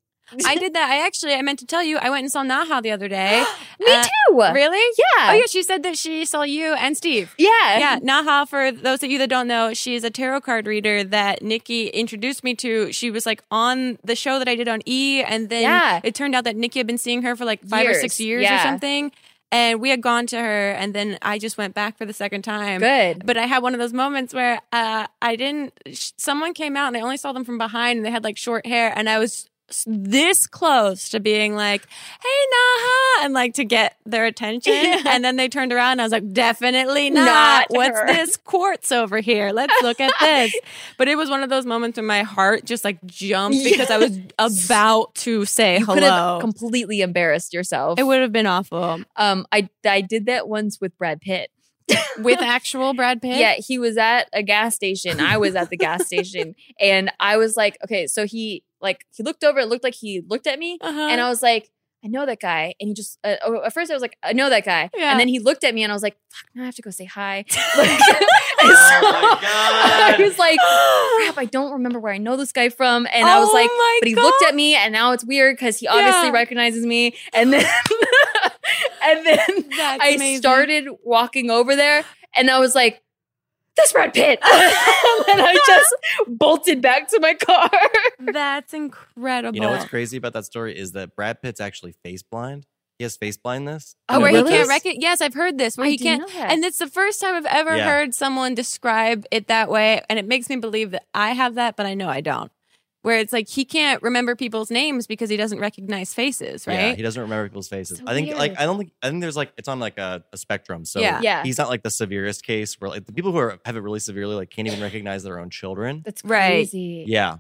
[SPEAKER 3] I did that. I actually, I meant to tell you, I went and saw Naha the other day.
[SPEAKER 4] Me
[SPEAKER 3] Uh,
[SPEAKER 4] too.
[SPEAKER 3] Really?
[SPEAKER 4] Yeah.
[SPEAKER 3] Oh, yeah. She said that she saw you and Steve.
[SPEAKER 4] yeah.
[SPEAKER 3] yeah, Naha, for those of you that don't know, she is a tarot card reader that Nikki introduced me to. She was like on the show that I did on E, and then
[SPEAKER 4] Yeah.
[SPEAKER 3] it turned out that Nikki had been seeing her for like five or six years
[SPEAKER 4] Years,
[SPEAKER 3] or
[SPEAKER 4] yeah.
[SPEAKER 3] something. And we had gone to her, and then I just went back for the second time.
[SPEAKER 4] Good.
[SPEAKER 3] But I had one of those moments where uh, I didn't. Sh- someone came out, and I only saw them from behind, and they had like short hair, and I was s- this close to being like, "Hey, Naha," and like to get their attention, and then they turned around and I was like, "Definitely not.
[SPEAKER 4] Not
[SPEAKER 3] What's
[SPEAKER 4] her."
[SPEAKER 3] this quartz over here? Let's look at this." But it was one of those moments when my heart just like jumped because I was about to say
[SPEAKER 4] You could
[SPEAKER 3] hello.
[SPEAKER 4] have completely embarrassed yourself.
[SPEAKER 3] it would have been awful
[SPEAKER 4] Um, I I did that once with Brad Pitt.
[SPEAKER 3] with actual Brad Pitt.
[SPEAKER 4] Yeah, he was at a gas station. I was at the gas station, and I was like, okay, so he like he looked over. It looked like he looked at me,
[SPEAKER 3] Uh-huh.
[SPEAKER 4] and I was like, I know that guy. And he just uh, oh, at first I was like, I know that guy,
[SPEAKER 3] Yeah.
[SPEAKER 4] and then he looked at me, and I was like, fuck, now I have to go say hi. Like, and so-
[SPEAKER 5] Oh
[SPEAKER 4] I
[SPEAKER 5] my god.
[SPEAKER 4] was like, crap, I don't remember where I know this guy from, and I was
[SPEAKER 3] Oh
[SPEAKER 4] like,
[SPEAKER 3] my
[SPEAKER 4] but he
[SPEAKER 3] God.
[SPEAKER 4] looked at me, and now it's weird because he obviously
[SPEAKER 3] Yeah.
[SPEAKER 4] recognizes me, and then and then
[SPEAKER 3] That's
[SPEAKER 4] I
[SPEAKER 3] amazing.
[SPEAKER 4] started walking over there and I was like, that's Brad Pitt. and then I just bolted back to my car.
[SPEAKER 3] That's incredible.
[SPEAKER 5] You know what's crazy about that story is that Brad Pitt's actually face blind. He has face blindness.
[SPEAKER 4] Oh,
[SPEAKER 3] Oh,
[SPEAKER 5] You
[SPEAKER 3] where
[SPEAKER 5] know
[SPEAKER 3] he
[SPEAKER 5] about
[SPEAKER 3] can't
[SPEAKER 5] this?
[SPEAKER 3] recognize. Yes, I've heard this. Where
[SPEAKER 4] I
[SPEAKER 3] he
[SPEAKER 4] didn't
[SPEAKER 3] can't.
[SPEAKER 4] know that.
[SPEAKER 3] And it's the first time I've ever
[SPEAKER 5] Yeah.
[SPEAKER 3] heard someone describe it that way. And it makes me believe that I have that, but I know I don't. Where it's like he can't remember people's names because he doesn't recognize faces,
[SPEAKER 5] Yeah,
[SPEAKER 3] right?
[SPEAKER 5] he doesn't remember people's faces.
[SPEAKER 4] So
[SPEAKER 5] I think like
[SPEAKER 4] weird.
[SPEAKER 5] I don't think I think there's like it's on like a, a spectrum. So
[SPEAKER 3] Yeah.
[SPEAKER 4] Yeah.
[SPEAKER 5] he's not like the severest case where like the people who are, have it really severely like can't even recognize their own children.
[SPEAKER 4] That's
[SPEAKER 3] Right.
[SPEAKER 4] crazy.
[SPEAKER 5] Yeah.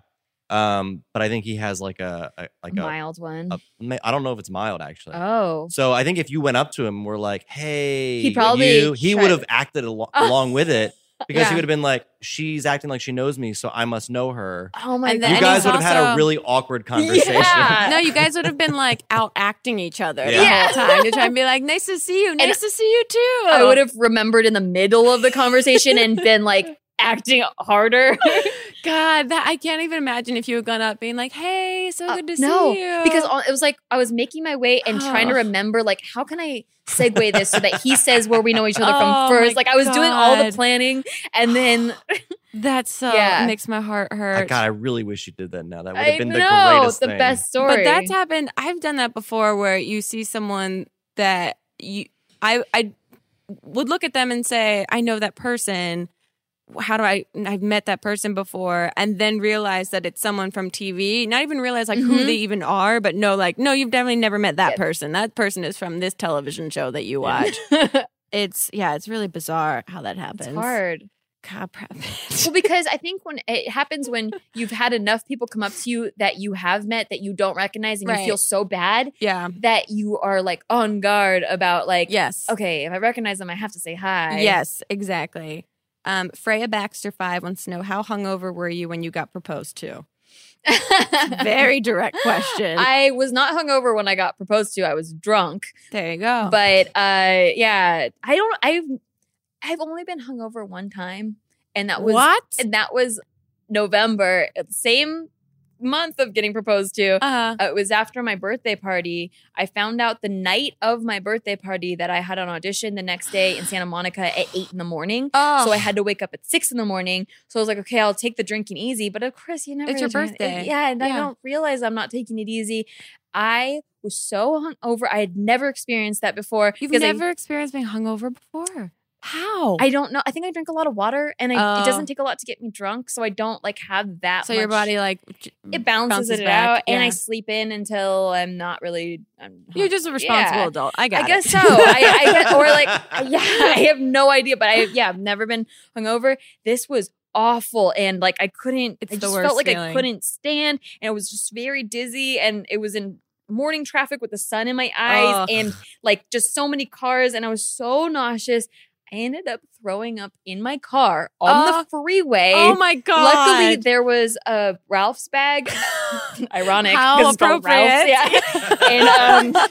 [SPEAKER 5] Um, but I think he has like a, a like
[SPEAKER 4] a
[SPEAKER 5] a,
[SPEAKER 4] mild one.
[SPEAKER 5] a ma- I don't know if it's mild actually.
[SPEAKER 4] oh.
[SPEAKER 5] So I think if you went up to him, and were like, "Hey,"
[SPEAKER 4] He probably
[SPEAKER 5] you, he
[SPEAKER 4] tried-
[SPEAKER 5] would have acted al-
[SPEAKER 4] Oh.
[SPEAKER 5] along with it because
[SPEAKER 3] Yeah.
[SPEAKER 5] he would have been like, "She's acting like she knows me, so I must know her."
[SPEAKER 4] Oh my
[SPEAKER 3] And
[SPEAKER 4] god.
[SPEAKER 3] then-
[SPEAKER 5] you guys
[SPEAKER 3] he's
[SPEAKER 5] would have had
[SPEAKER 3] also-
[SPEAKER 5] a really awkward conversation.
[SPEAKER 4] Yeah.
[SPEAKER 3] No, you guys would have been like out acting each other the
[SPEAKER 5] Yeah.
[SPEAKER 3] whole time to try and be like, "Nice to see you. Oh, Nice to see you too."
[SPEAKER 4] I would have remembered in the middle of the conversation and been like acting harder.
[SPEAKER 3] God, that I can't even imagine if you had gone up being like, "Hey, so
[SPEAKER 5] Uh,
[SPEAKER 3] good to
[SPEAKER 4] no,
[SPEAKER 3] see you."
[SPEAKER 4] because all, it was like I was making my way and trying to
[SPEAKER 3] Ugh.
[SPEAKER 4] remember like how can I segue this so that he says where we know each other
[SPEAKER 3] Oh
[SPEAKER 4] from
[SPEAKER 3] my
[SPEAKER 4] first. Like I was doing all the
[SPEAKER 3] God.
[SPEAKER 4] planning and then
[SPEAKER 3] that's so
[SPEAKER 4] Yeah.
[SPEAKER 3] makes my heart
[SPEAKER 5] Oh,
[SPEAKER 3] hurt.
[SPEAKER 5] God, I really wish you did that now. That would
[SPEAKER 4] I
[SPEAKER 5] have been the
[SPEAKER 4] know
[SPEAKER 5] greatest
[SPEAKER 4] the
[SPEAKER 5] thing.
[SPEAKER 4] best story.
[SPEAKER 3] But that's happened. I've done that before, where you see someone that you, I, I would look at them and say, I know that person. How do I? I've met that person before, and then realize that it's someone from TV. Not even realize like who
[SPEAKER 4] Mhm.
[SPEAKER 3] they even are, but no, like no, you've definitely never met that
[SPEAKER 4] Yeah.
[SPEAKER 3] person. That person is from this television show that you
[SPEAKER 5] Yeah.
[SPEAKER 3] watch. it's yeah, it's really bizarre how that happens.
[SPEAKER 4] it's hard.
[SPEAKER 3] God, Brad Pitt.
[SPEAKER 4] Well, because I think when it happens when you've had enough people come up to you that you have met that you don't recognize and
[SPEAKER 3] Right.
[SPEAKER 4] you feel so bad
[SPEAKER 3] yeah.
[SPEAKER 4] that you are like on guard about like
[SPEAKER 3] Yes.
[SPEAKER 4] okay if I recognize them I have to say hi.
[SPEAKER 3] Yes, exactly. Um, Freya Baxter Five wants to know how hungover were you when you got proposed to? Very direct question.
[SPEAKER 4] I was not hungover when I got proposed to. I was drunk.
[SPEAKER 3] there you go.
[SPEAKER 4] But uh yeah, I don't I've I've only been hungover one time and that was
[SPEAKER 3] what?
[SPEAKER 4] and that was November, uh, same month of getting proposed to.
[SPEAKER 3] Uh,
[SPEAKER 4] Uh, It was after my birthday party. I found out the night of my birthday party that I had an audition the next day in Santa Monica at eight in the morning.
[SPEAKER 3] oh,
[SPEAKER 4] So I had to wake up at six in the morning. So I was like, okay, I'll take the drinking easy. But of course, you never.
[SPEAKER 3] It's your
[SPEAKER 4] drink-
[SPEAKER 3] birthday.
[SPEAKER 4] yeah, and I
[SPEAKER 3] Yeah.
[SPEAKER 4] don't realize I'm not taking it easy. I was so hungover. I had never experienced that before.
[SPEAKER 3] You've
[SPEAKER 4] because I-
[SPEAKER 3] never experienced being hungover before. How?
[SPEAKER 4] I, don't know. I think I drink a lot of water, and I,
[SPEAKER 3] Oh.
[SPEAKER 4] it doesn't take a lot to get me drunk. So I don't like have that.
[SPEAKER 3] so your
[SPEAKER 4] much-
[SPEAKER 3] body like j-
[SPEAKER 4] it balances,
[SPEAKER 3] bounces
[SPEAKER 4] it
[SPEAKER 3] back,
[SPEAKER 4] out, and I
[SPEAKER 3] yeah.
[SPEAKER 4] sleep in until I'm not really. I'm
[SPEAKER 3] You're just a responsible
[SPEAKER 4] Yeah.
[SPEAKER 3] adult. I got.
[SPEAKER 4] I
[SPEAKER 3] it.
[SPEAKER 4] guess so. I, I guess, or like, Uh, yeah, I have no idea, but I yeah, I've never been hungover. This was awful, and like I couldn't.
[SPEAKER 3] It's
[SPEAKER 4] I
[SPEAKER 3] the
[SPEAKER 4] just
[SPEAKER 3] worst
[SPEAKER 4] felt like I
[SPEAKER 3] feeling.
[SPEAKER 4] couldn't stand, and I was just very dizzy, and it was in morning traffic with the sun in my eyes,
[SPEAKER 3] Ugh.
[SPEAKER 4] and like just so many cars, and I was so nauseous. I ended up throwing up in my car on
[SPEAKER 3] Oh.
[SPEAKER 4] the freeway.
[SPEAKER 3] oh my god.
[SPEAKER 4] Luckily, there was a Ralph's bag. Ironic.
[SPEAKER 3] How
[SPEAKER 4] 'cause it's called
[SPEAKER 3] appropriate.
[SPEAKER 4] Ralph's, Yeah. and um,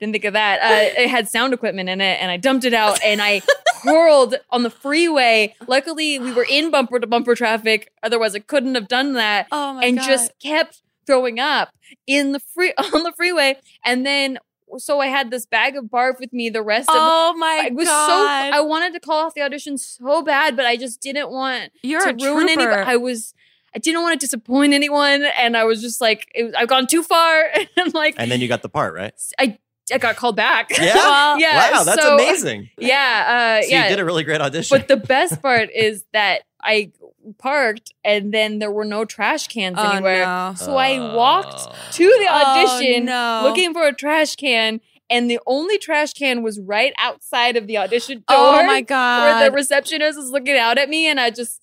[SPEAKER 4] didn't think of that. Uh, it had sound equipment in it, and I dumped it out and I whirled on the freeway. Luckily, we were in bumper to bumper traffic. Otherwise, I couldn't have done that.
[SPEAKER 3] oh my
[SPEAKER 4] and
[SPEAKER 3] god.
[SPEAKER 4] just kept throwing up in the free on the freeway. And then, so I had this bag of barf with me the rest of.
[SPEAKER 3] Oh my
[SPEAKER 4] I was
[SPEAKER 3] god.
[SPEAKER 4] so I wanted to call off the audition so bad, but I just didn't want
[SPEAKER 3] You're
[SPEAKER 4] to
[SPEAKER 3] a
[SPEAKER 4] ruin
[SPEAKER 3] trooper.
[SPEAKER 4] anybody. I was I didn't want to disappoint anyone, and I was just like, it, was- I've gone too far, and I'm like,
[SPEAKER 5] And then you got the part, right?
[SPEAKER 4] I I got called back.
[SPEAKER 5] Yeah.
[SPEAKER 3] Well,
[SPEAKER 4] yeah,
[SPEAKER 5] wow, that's
[SPEAKER 4] so-
[SPEAKER 5] amazing.
[SPEAKER 4] Yeah, uh,
[SPEAKER 5] So
[SPEAKER 4] yeah.
[SPEAKER 5] you did a really great audition.
[SPEAKER 4] but the best part is that I parked and then there were no trash cans anywhere.
[SPEAKER 3] Oh, no.
[SPEAKER 4] So I walked
[SPEAKER 5] Oh.
[SPEAKER 4] to the audition
[SPEAKER 3] no.
[SPEAKER 4] looking for a trash can, and the only trash can was right outside of the audition door.
[SPEAKER 3] Oh my
[SPEAKER 4] Where
[SPEAKER 3] god.
[SPEAKER 4] the receptionist was looking out at me, and I just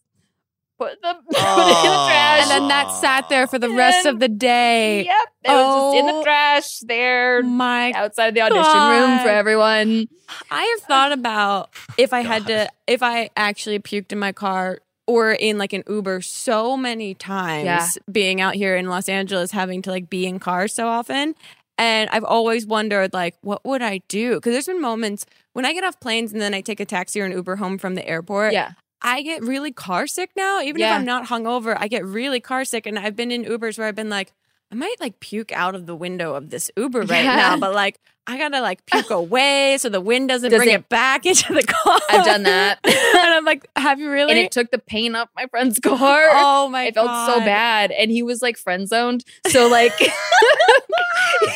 [SPEAKER 4] put the, put it in the
[SPEAKER 5] Oh.
[SPEAKER 4] trash.
[SPEAKER 3] and then that sat there for the rest of the day.
[SPEAKER 4] Yep, it was just in
[SPEAKER 3] Oh.
[SPEAKER 4] the trash there
[SPEAKER 3] My
[SPEAKER 4] outside the audition room
[SPEAKER 3] God.
[SPEAKER 4] for everyone.
[SPEAKER 3] I have thought about if I had to, if I actually puked in my car or in like an Uber so many times
[SPEAKER 4] Yeah.
[SPEAKER 3] being out here in Los Angeles, having to like be in cars so often. And I've always wondered, like, what would I do? Because there's been moments when I get off planes and then I take a taxi or an Uber home from the airport.
[SPEAKER 4] Yeah,
[SPEAKER 3] I get really car sick now. Even
[SPEAKER 4] Yeah.
[SPEAKER 3] if I'm not hungover, I get really car sick. And I've been in Ubers where I've been like, I might like puke out of the window of this Uber right
[SPEAKER 4] Yeah.
[SPEAKER 3] now, but like I gotta like puke away so the wind doesn't bring
[SPEAKER 4] Doesn't-
[SPEAKER 3] it back into the car.
[SPEAKER 4] I've done that.
[SPEAKER 3] and I'm like, have you really?
[SPEAKER 4] and it took the pain off my friend's car.
[SPEAKER 3] oh my!
[SPEAKER 4] it felt so
[SPEAKER 3] God.
[SPEAKER 4] bad, and he was like friend zoned. So like,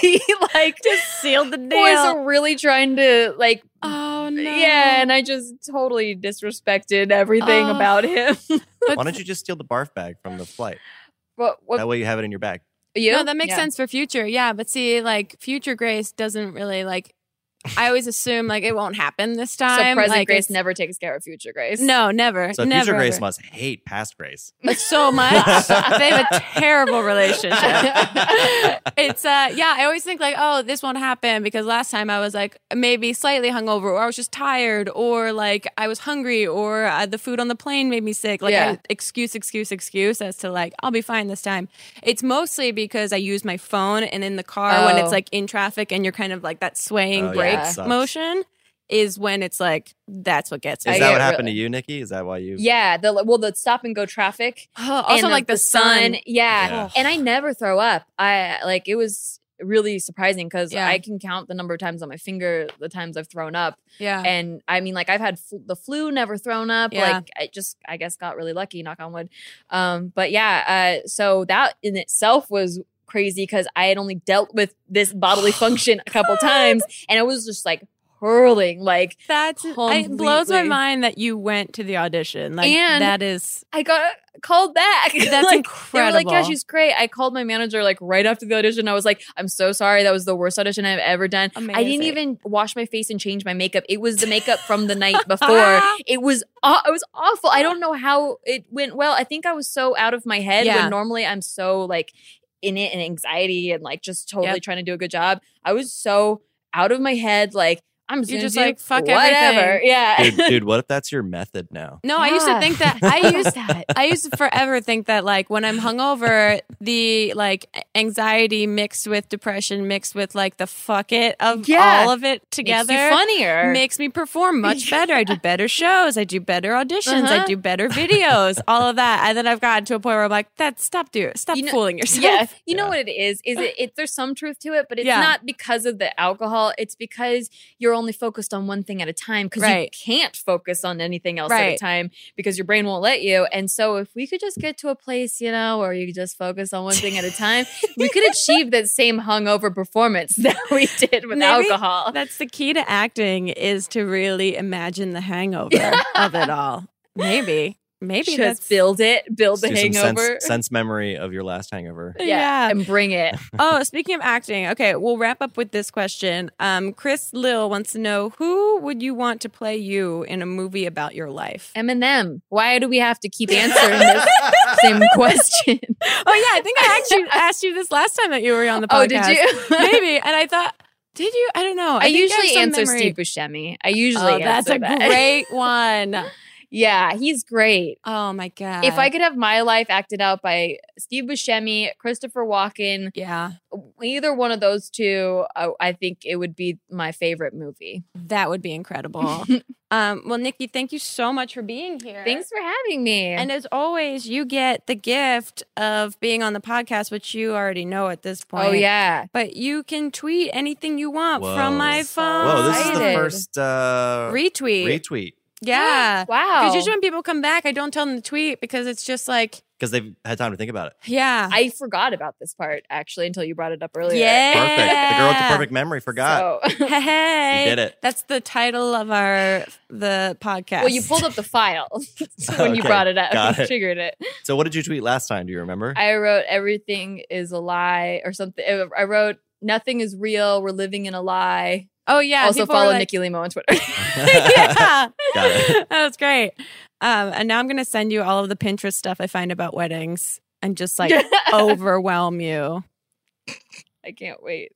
[SPEAKER 4] he like
[SPEAKER 3] Just sealed the deal.
[SPEAKER 4] was really trying to like,
[SPEAKER 3] oh no!
[SPEAKER 4] yeah. And I just totally disrespected everything
[SPEAKER 3] Oh.
[SPEAKER 4] about him.
[SPEAKER 5] Why don't you just steal the barf bag from the flight?
[SPEAKER 4] but what
[SPEAKER 5] That way you have it in your bag.
[SPEAKER 4] you?
[SPEAKER 3] No, that makes sense for future. Yeah, but see, like future Grace doesn't really like. I always assume like it won't happen this
[SPEAKER 4] So
[SPEAKER 3] time.
[SPEAKER 4] present
[SPEAKER 3] like,
[SPEAKER 4] grace
[SPEAKER 3] it's-
[SPEAKER 4] never takes care of future grace.
[SPEAKER 3] No, never.
[SPEAKER 5] So
[SPEAKER 3] never,
[SPEAKER 5] future Grace
[SPEAKER 3] ever.
[SPEAKER 5] must hate past Grace.
[SPEAKER 3] But so much. they have a terrible relationship. It's uh yeah, I always think like, oh, this won't happen because last time I was like maybe slightly hungover or I was just tired or like I was hungry or uh, the food on the plane made me sick. Like
[SPEAKER 4] Yeah.
[SPEAKER 3] I, excuse excuse excuse as to like I'll be fine this time. It's mostly because I use my phone and in the car when
[SPEAKER 4] Oh.
[SPEAKER 3] it's like in traffic and you're kind of like that swaying
[SPEAKER 5] Oh, yeah,
[SPEAKER 3] brake
[SPEAKER 5] it sucks.
[SPEAKER 3] motion is when it's like that's what gets
[SPEAKER 5] Is
[SPEAKER 3] me.
[SPEAKER 4] I
[SPEAKER 5] that
[SPEAKER 4] get
[SPEAKER 5] what happened
[SPEAKER 4] really-
[SPEAKER 5] to you, Nikki? Is that why you?
[SPEAKER 4] yeah, the well, the stop and go traffic.
[SPEAKER 3] Oh, also
[SPEAKER 4] and
[SPEAKER 3] like the, sun.
[SPEAKER 4] Yeah.
[SPEAKER 5] Yeah.
[SPEAKER 4] And I never throw up. I like it was really surprising because
[SPEAKER 3] Yeah.
[SPEAKER 4] I can count the number of times on my finger the times I've thrown up.
[SPEAKER 3] Yeah.
[SPEAKER 4] And I mean, like I've had fl- the flu, never thrown up.
[SPEAKER 3] Yeah.
[SPEAKER 4] Like I just, I guess, got really lucky. Knock on wood. Um, but yeah, uh, so that in itself was crazy because I had only dealt with this bodily function a couple times, and I was just like hurling. Like
[SPEAKER 3] That's it blows my
[SPEAKER 4] Completely.
[SPEAKER 3] mind that you went to the audition. Like
[SPEAKER 4] And-
[SPEAKER 3] that is
[SPEAKER 4] I got called back.
[SPEAKER 3] that's
[SPEAKER 4] like, They were
[SPEAKER 3] incredible.
[SPEAKER 4] like, yeah, she's great. I called my manager like right after the audition. I was like, I'm so sorry. That was the worst audition I've ever done. I
[SPEAKER 3] Amazing.
[SPEAKER 4] didn't even wash my face and change my makeup. It was the makeup from the night before. It was aw- it was awful. I don't know how it went well. I think I was so out of my head
[SPEAKER 3] Yeah.
[SPEAKER 4] when normally I'm so like in it and anxiety and like just totally
[SPEAKER 3] Yep.
[SPEAKER 4] trying to do a good job. I was so out of my head like I'm just,
[SPEAKER 3] You're
[SPEAKER 4] gonna
[SPEAKER 3] just
[SPEAKER 4] do
[SPEAKER 3] like, fuck
[SPEAKER 4] whatever.
[SPEAKER 3] everything.
[SPEAKER 4] Yeah.
[SPEAKER 5] Dude, dude, what if that's your method now?
[SPEAKER 3] No, I used to
[SPEAKER 4] Yeah.
[SPEAKER 3] think that I used
[SPEAKER 4] that.
[SPEAKER 3] I used to forever think that like when I'm hungover, the like anxiety mixed with depression mixed with like the fuck it of
[SPEAKER 4] Yeah.
[SPEAKER 3] all of it together
[SPEAKER 4] Makes you funnier.
[SPEAKER 3] makes me perform much better. I do better shows. I do better auditions. I
[SPEAKER 4] Uh-huh.
[SPEAKER 3] do better videos. All of that. And then I've gotten to a point where I'm like, that stop do stop
[SPEAKER 4] You know-
[SPEAKER 3] fooling yourself.
[SPEAKER 4] Yeah, you know
[SPEAKER 5] Yeah.
[SPEAKER 4] what it is. Is it, it? There's some truth to it, but it's
[SPEAKER 3] Yeah.
[SPEAKER 4] not because of the alcohol. It's because you're only focused on one thing at a time because
[SPEAKER 3] Right.
[SPEAKER 4] you can't focus on anything else at a
[SPEAKER 3] Right.
[SPEAKER 4] time because your brain won't let you. And so, if we could just get to a place, you know, where you just focus on one thing at a time, we could achieve that same hungover performance that we did with
[SPEAKER 3] Maybe
[SPEAKER 4] alcohol.
[SPEAKER 3] That's the key to acting is to really imagine the hangover of it all. Maybe. Maybe
[SPEAKER 4] just
[SPEAKER 3] that's
[SPEAKER 4] build it, build the
[SPEAKER 5] Do some sense-
[SPEAKER 4] hangover.
[SPEAKER 5] sense, memory of your last hangover.
[SPEAKER 4] yeah,
[SPEAKER 3] Yeah.
[SPEAKER 4] and bring it.
[SPEAKER 3] Oh, speaking of acting, okay, we'll wrap up with this question. Um, Chris Lill wants to know who would you want to play you in a movie about your life?
[SPEAKER 4] Eminem. Why do we have to keep answering this same question?
[SPEAKER 3] Oh yeah, I think I actually asked you this last time that you were on the podcast.
[SPEAKER 4] Oh, did you?
[SPEAKER 3] Maybe. And I thought, did you? I don't know.
[SPEAKER 4] I,
[SPEAKER 3] think have
[SPEAKER 4] usually
[SPEAKER 3] some
[SPEAKER 4] answer
[SPEAKER 3] memory.
[SPEAKER 4] Steve Buscemi. I usually
[SPEAKER 3] Oh, that's
[SPEAKER 4] answer
[SPEAKER 3] a
[SPEAKER 4] that.
[SPEAKER 3] great one.
[SPEAKER 4] yeah, he's great.
[SPEAKER 3] Oh my god.
[SPEAKER 4] If I could have my life acted out by Steve Buscemi, Christopher Walken,
[SPEAKER 3] yeah,
[SPEAKER 4] either one of those two, I, I think it would be my favorite movie.
[SPEAKER 3] that would be incredible. um, well, Nikki, thank you so much for being here.
[SPEAKER 4] Thanks for having me.
[SPEAKER 3] And as always, you get the gift of being on the podcast, which you already know at this point.
[SPEAKER 4] oh yeah,
[SPEAKER 3] But you can tweet anything you want from
[SPEAKER 5] Whoa.
[SPEAKER 3] my phone.
[SPEAKER 5] Whoa, this is the
[SPEAKER 4] Excited.
[SPEAKER 5] first uh,
[SPEAKER 3] retweet.
[SPEAKER 5] retweet
[SPEAKER 3] Yeah.
[SPEAKER 4] Wow.
[SPEAKER 3] Because usually when people come back, I don't tell them to tweet because it's just like,
[SPEAKER 5] because they've had time to think about it.
[SPEAKER 3] yeah.
[SPEAKER 4] I forgot about this part actually until you brought it up earlier.
[SPEAKER 3] yeah.
[SPEAKER 5] Perfect. The girl with the perfect memory forgot.
[SPEAKER 4] So,
[SPEAKER 3] Hey, hey.
[SPEAKER 5] You did it.
[SPEAKER 3] That's the title of our the podcast.
[SPEAKER 4] well, you pulled up the file when you
[SPEAKER 5] Okay,
[SPEAKER 4] brought it up.
[SPEAKER 5] got
[SPEAKER 4] You
[SPEAKER 5] it.
[SPEAKER 4] Figured it.
[SPEAKER 5] So what did you tweet last time? Do you remember?
[SPEAKER 4] I wrote everything is a lie or something. I wrote nothing is real. We're living in a lie.
[SPEAKER 3] Oh yeah.
[SPEAKER 4] also
[SPEAKER 3] people were
[SPEAKER 4] follow
[SPEAKER 3] like-
[SPEAKER 4] Nikki Limo on Twitter.
[SPEAKER 3] yeah.
[SPEAKER 5] Got it.
[SPEAKER 3] That was great. Um, and now I'm gonna send you all of the Pinterest stuff I find about weddings and just like overwhelm you.
[SPEAKER 4] I can't wait.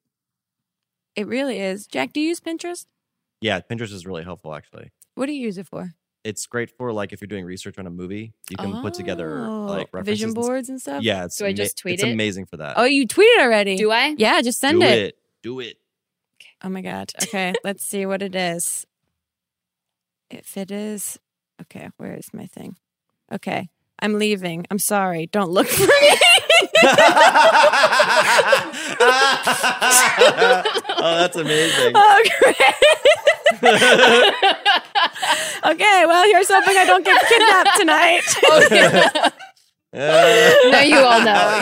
[SPEAKER 3] It really is. Jack, do you use Pinterest?
[SPEAKER 5] yeah, Pinterest is really helpful actually.
[SPEAKER 3] What do you use it for?
[SPEAKER 5] It's great for like if you're doing research on a movie, you can put together
[SPEAKER 3] Oh,
[SPEAKER 5] like references
[SPEAKER 3] vision
[SPEAKER 5] and stuff.
[SPEAKER 3] boards and stuff.
[SPEAKER 5] Yeah, it's
[SPEAKER 4] Do I just tweet
[SPEAKER 5] it's
[SPEAKER 4] it?
[SPEAKER 5] amazing for that.
[SPEAKER 3] Oh, you tweeted already.
[SPEAKER 4] Do I?
[SPEAKER 3] yeah, just send
[SPEAKER 5] Do
[SPEAKER 3] it.
[SPEAKER 5] Do it.
[SPEAKER 3] Oh my god. Okay, let's see what it is. If it is, okay, where is my thing? Okay, I'm leaving. I'm sorry. Don't look for me.
[SPEAKER 5] oh, that's amazing.
[SPEAKER 3] oh, great. okay, well, here's hoping I don't get kidnapped
[SPEAKER 4] Oh,
[SPEAKER 3] tonight.
[SPEAKER 4] No, you all know.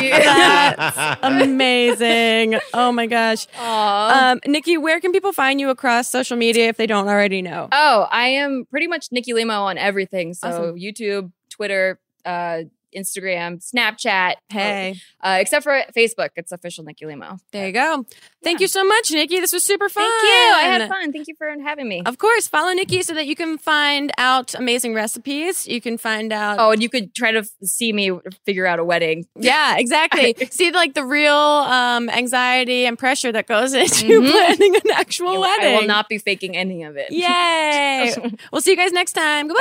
[SPEAKER 3] Amazing. Oh my gosh.
[SPEAKER 4] Aw.
[SPEAKER 3] Um, Nikki, where can people find you across social media if they don't already know?
[SPEAKER 4] oh, I am pretty much Nikki Limo on everything. So
[SPEAKER 3] Awesome.
[SPEAKER 4] YouTube, Twitter, uh, Instagram, Snapchat.
[SPEAKER 3] Hey,
[SPEAKER 4] Uh, except for Facebook, it's official Nikki Limo.
[SPEAKER 3] there you go. Thank you so much, Nikki. This was super fun.
[SPEAKER 4] Thank you. I had fun. Thank you for having me.
[SPEAKER 3] Of course, follow Nikki so that you can find out amazing recipes. You can find out.
[SPEAKER 4] Oh, and you could try to f- see me figure out a wedding.
[SPEAKER 3] yeah, exactly. See, like the real um, anxiety and pressure that goes into
[SPEAKER 4] Mhm.
[SPEAKER 3] planning an actual
[SPEAKER 4] You-
[SPEAKER 3] wedding.
[SPEAKER 4] I will not be faking any of it.
[SPEAKER 3] Yay! we'll see you guys next time. Goodbye.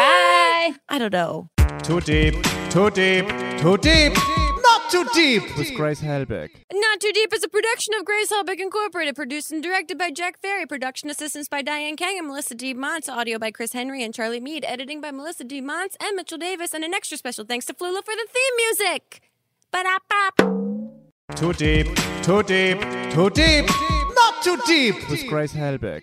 [SPEAKER 4] Bye.
[SPEAKER 3] I don't know.
[SPEAKER 6] Too deep, too deep, too deep. Not too deep with Grace Helbig.
[SPEAKER 3] Not Too Deep is a production of Grace Helbig Incorporated, produced and directed by Jack Ferry, production assistance by Diane Kang and Melissa D. Montz, audio by Chris Henry and Charlie Mead, editing by Melissa D. Montz and Mitchell Davis, and an extra special thanks to Flula for the theme music. Ba-da-ba.
[SPEAKER 6] Too deep, too deep, too deep. Not too deep with Grace Helbig.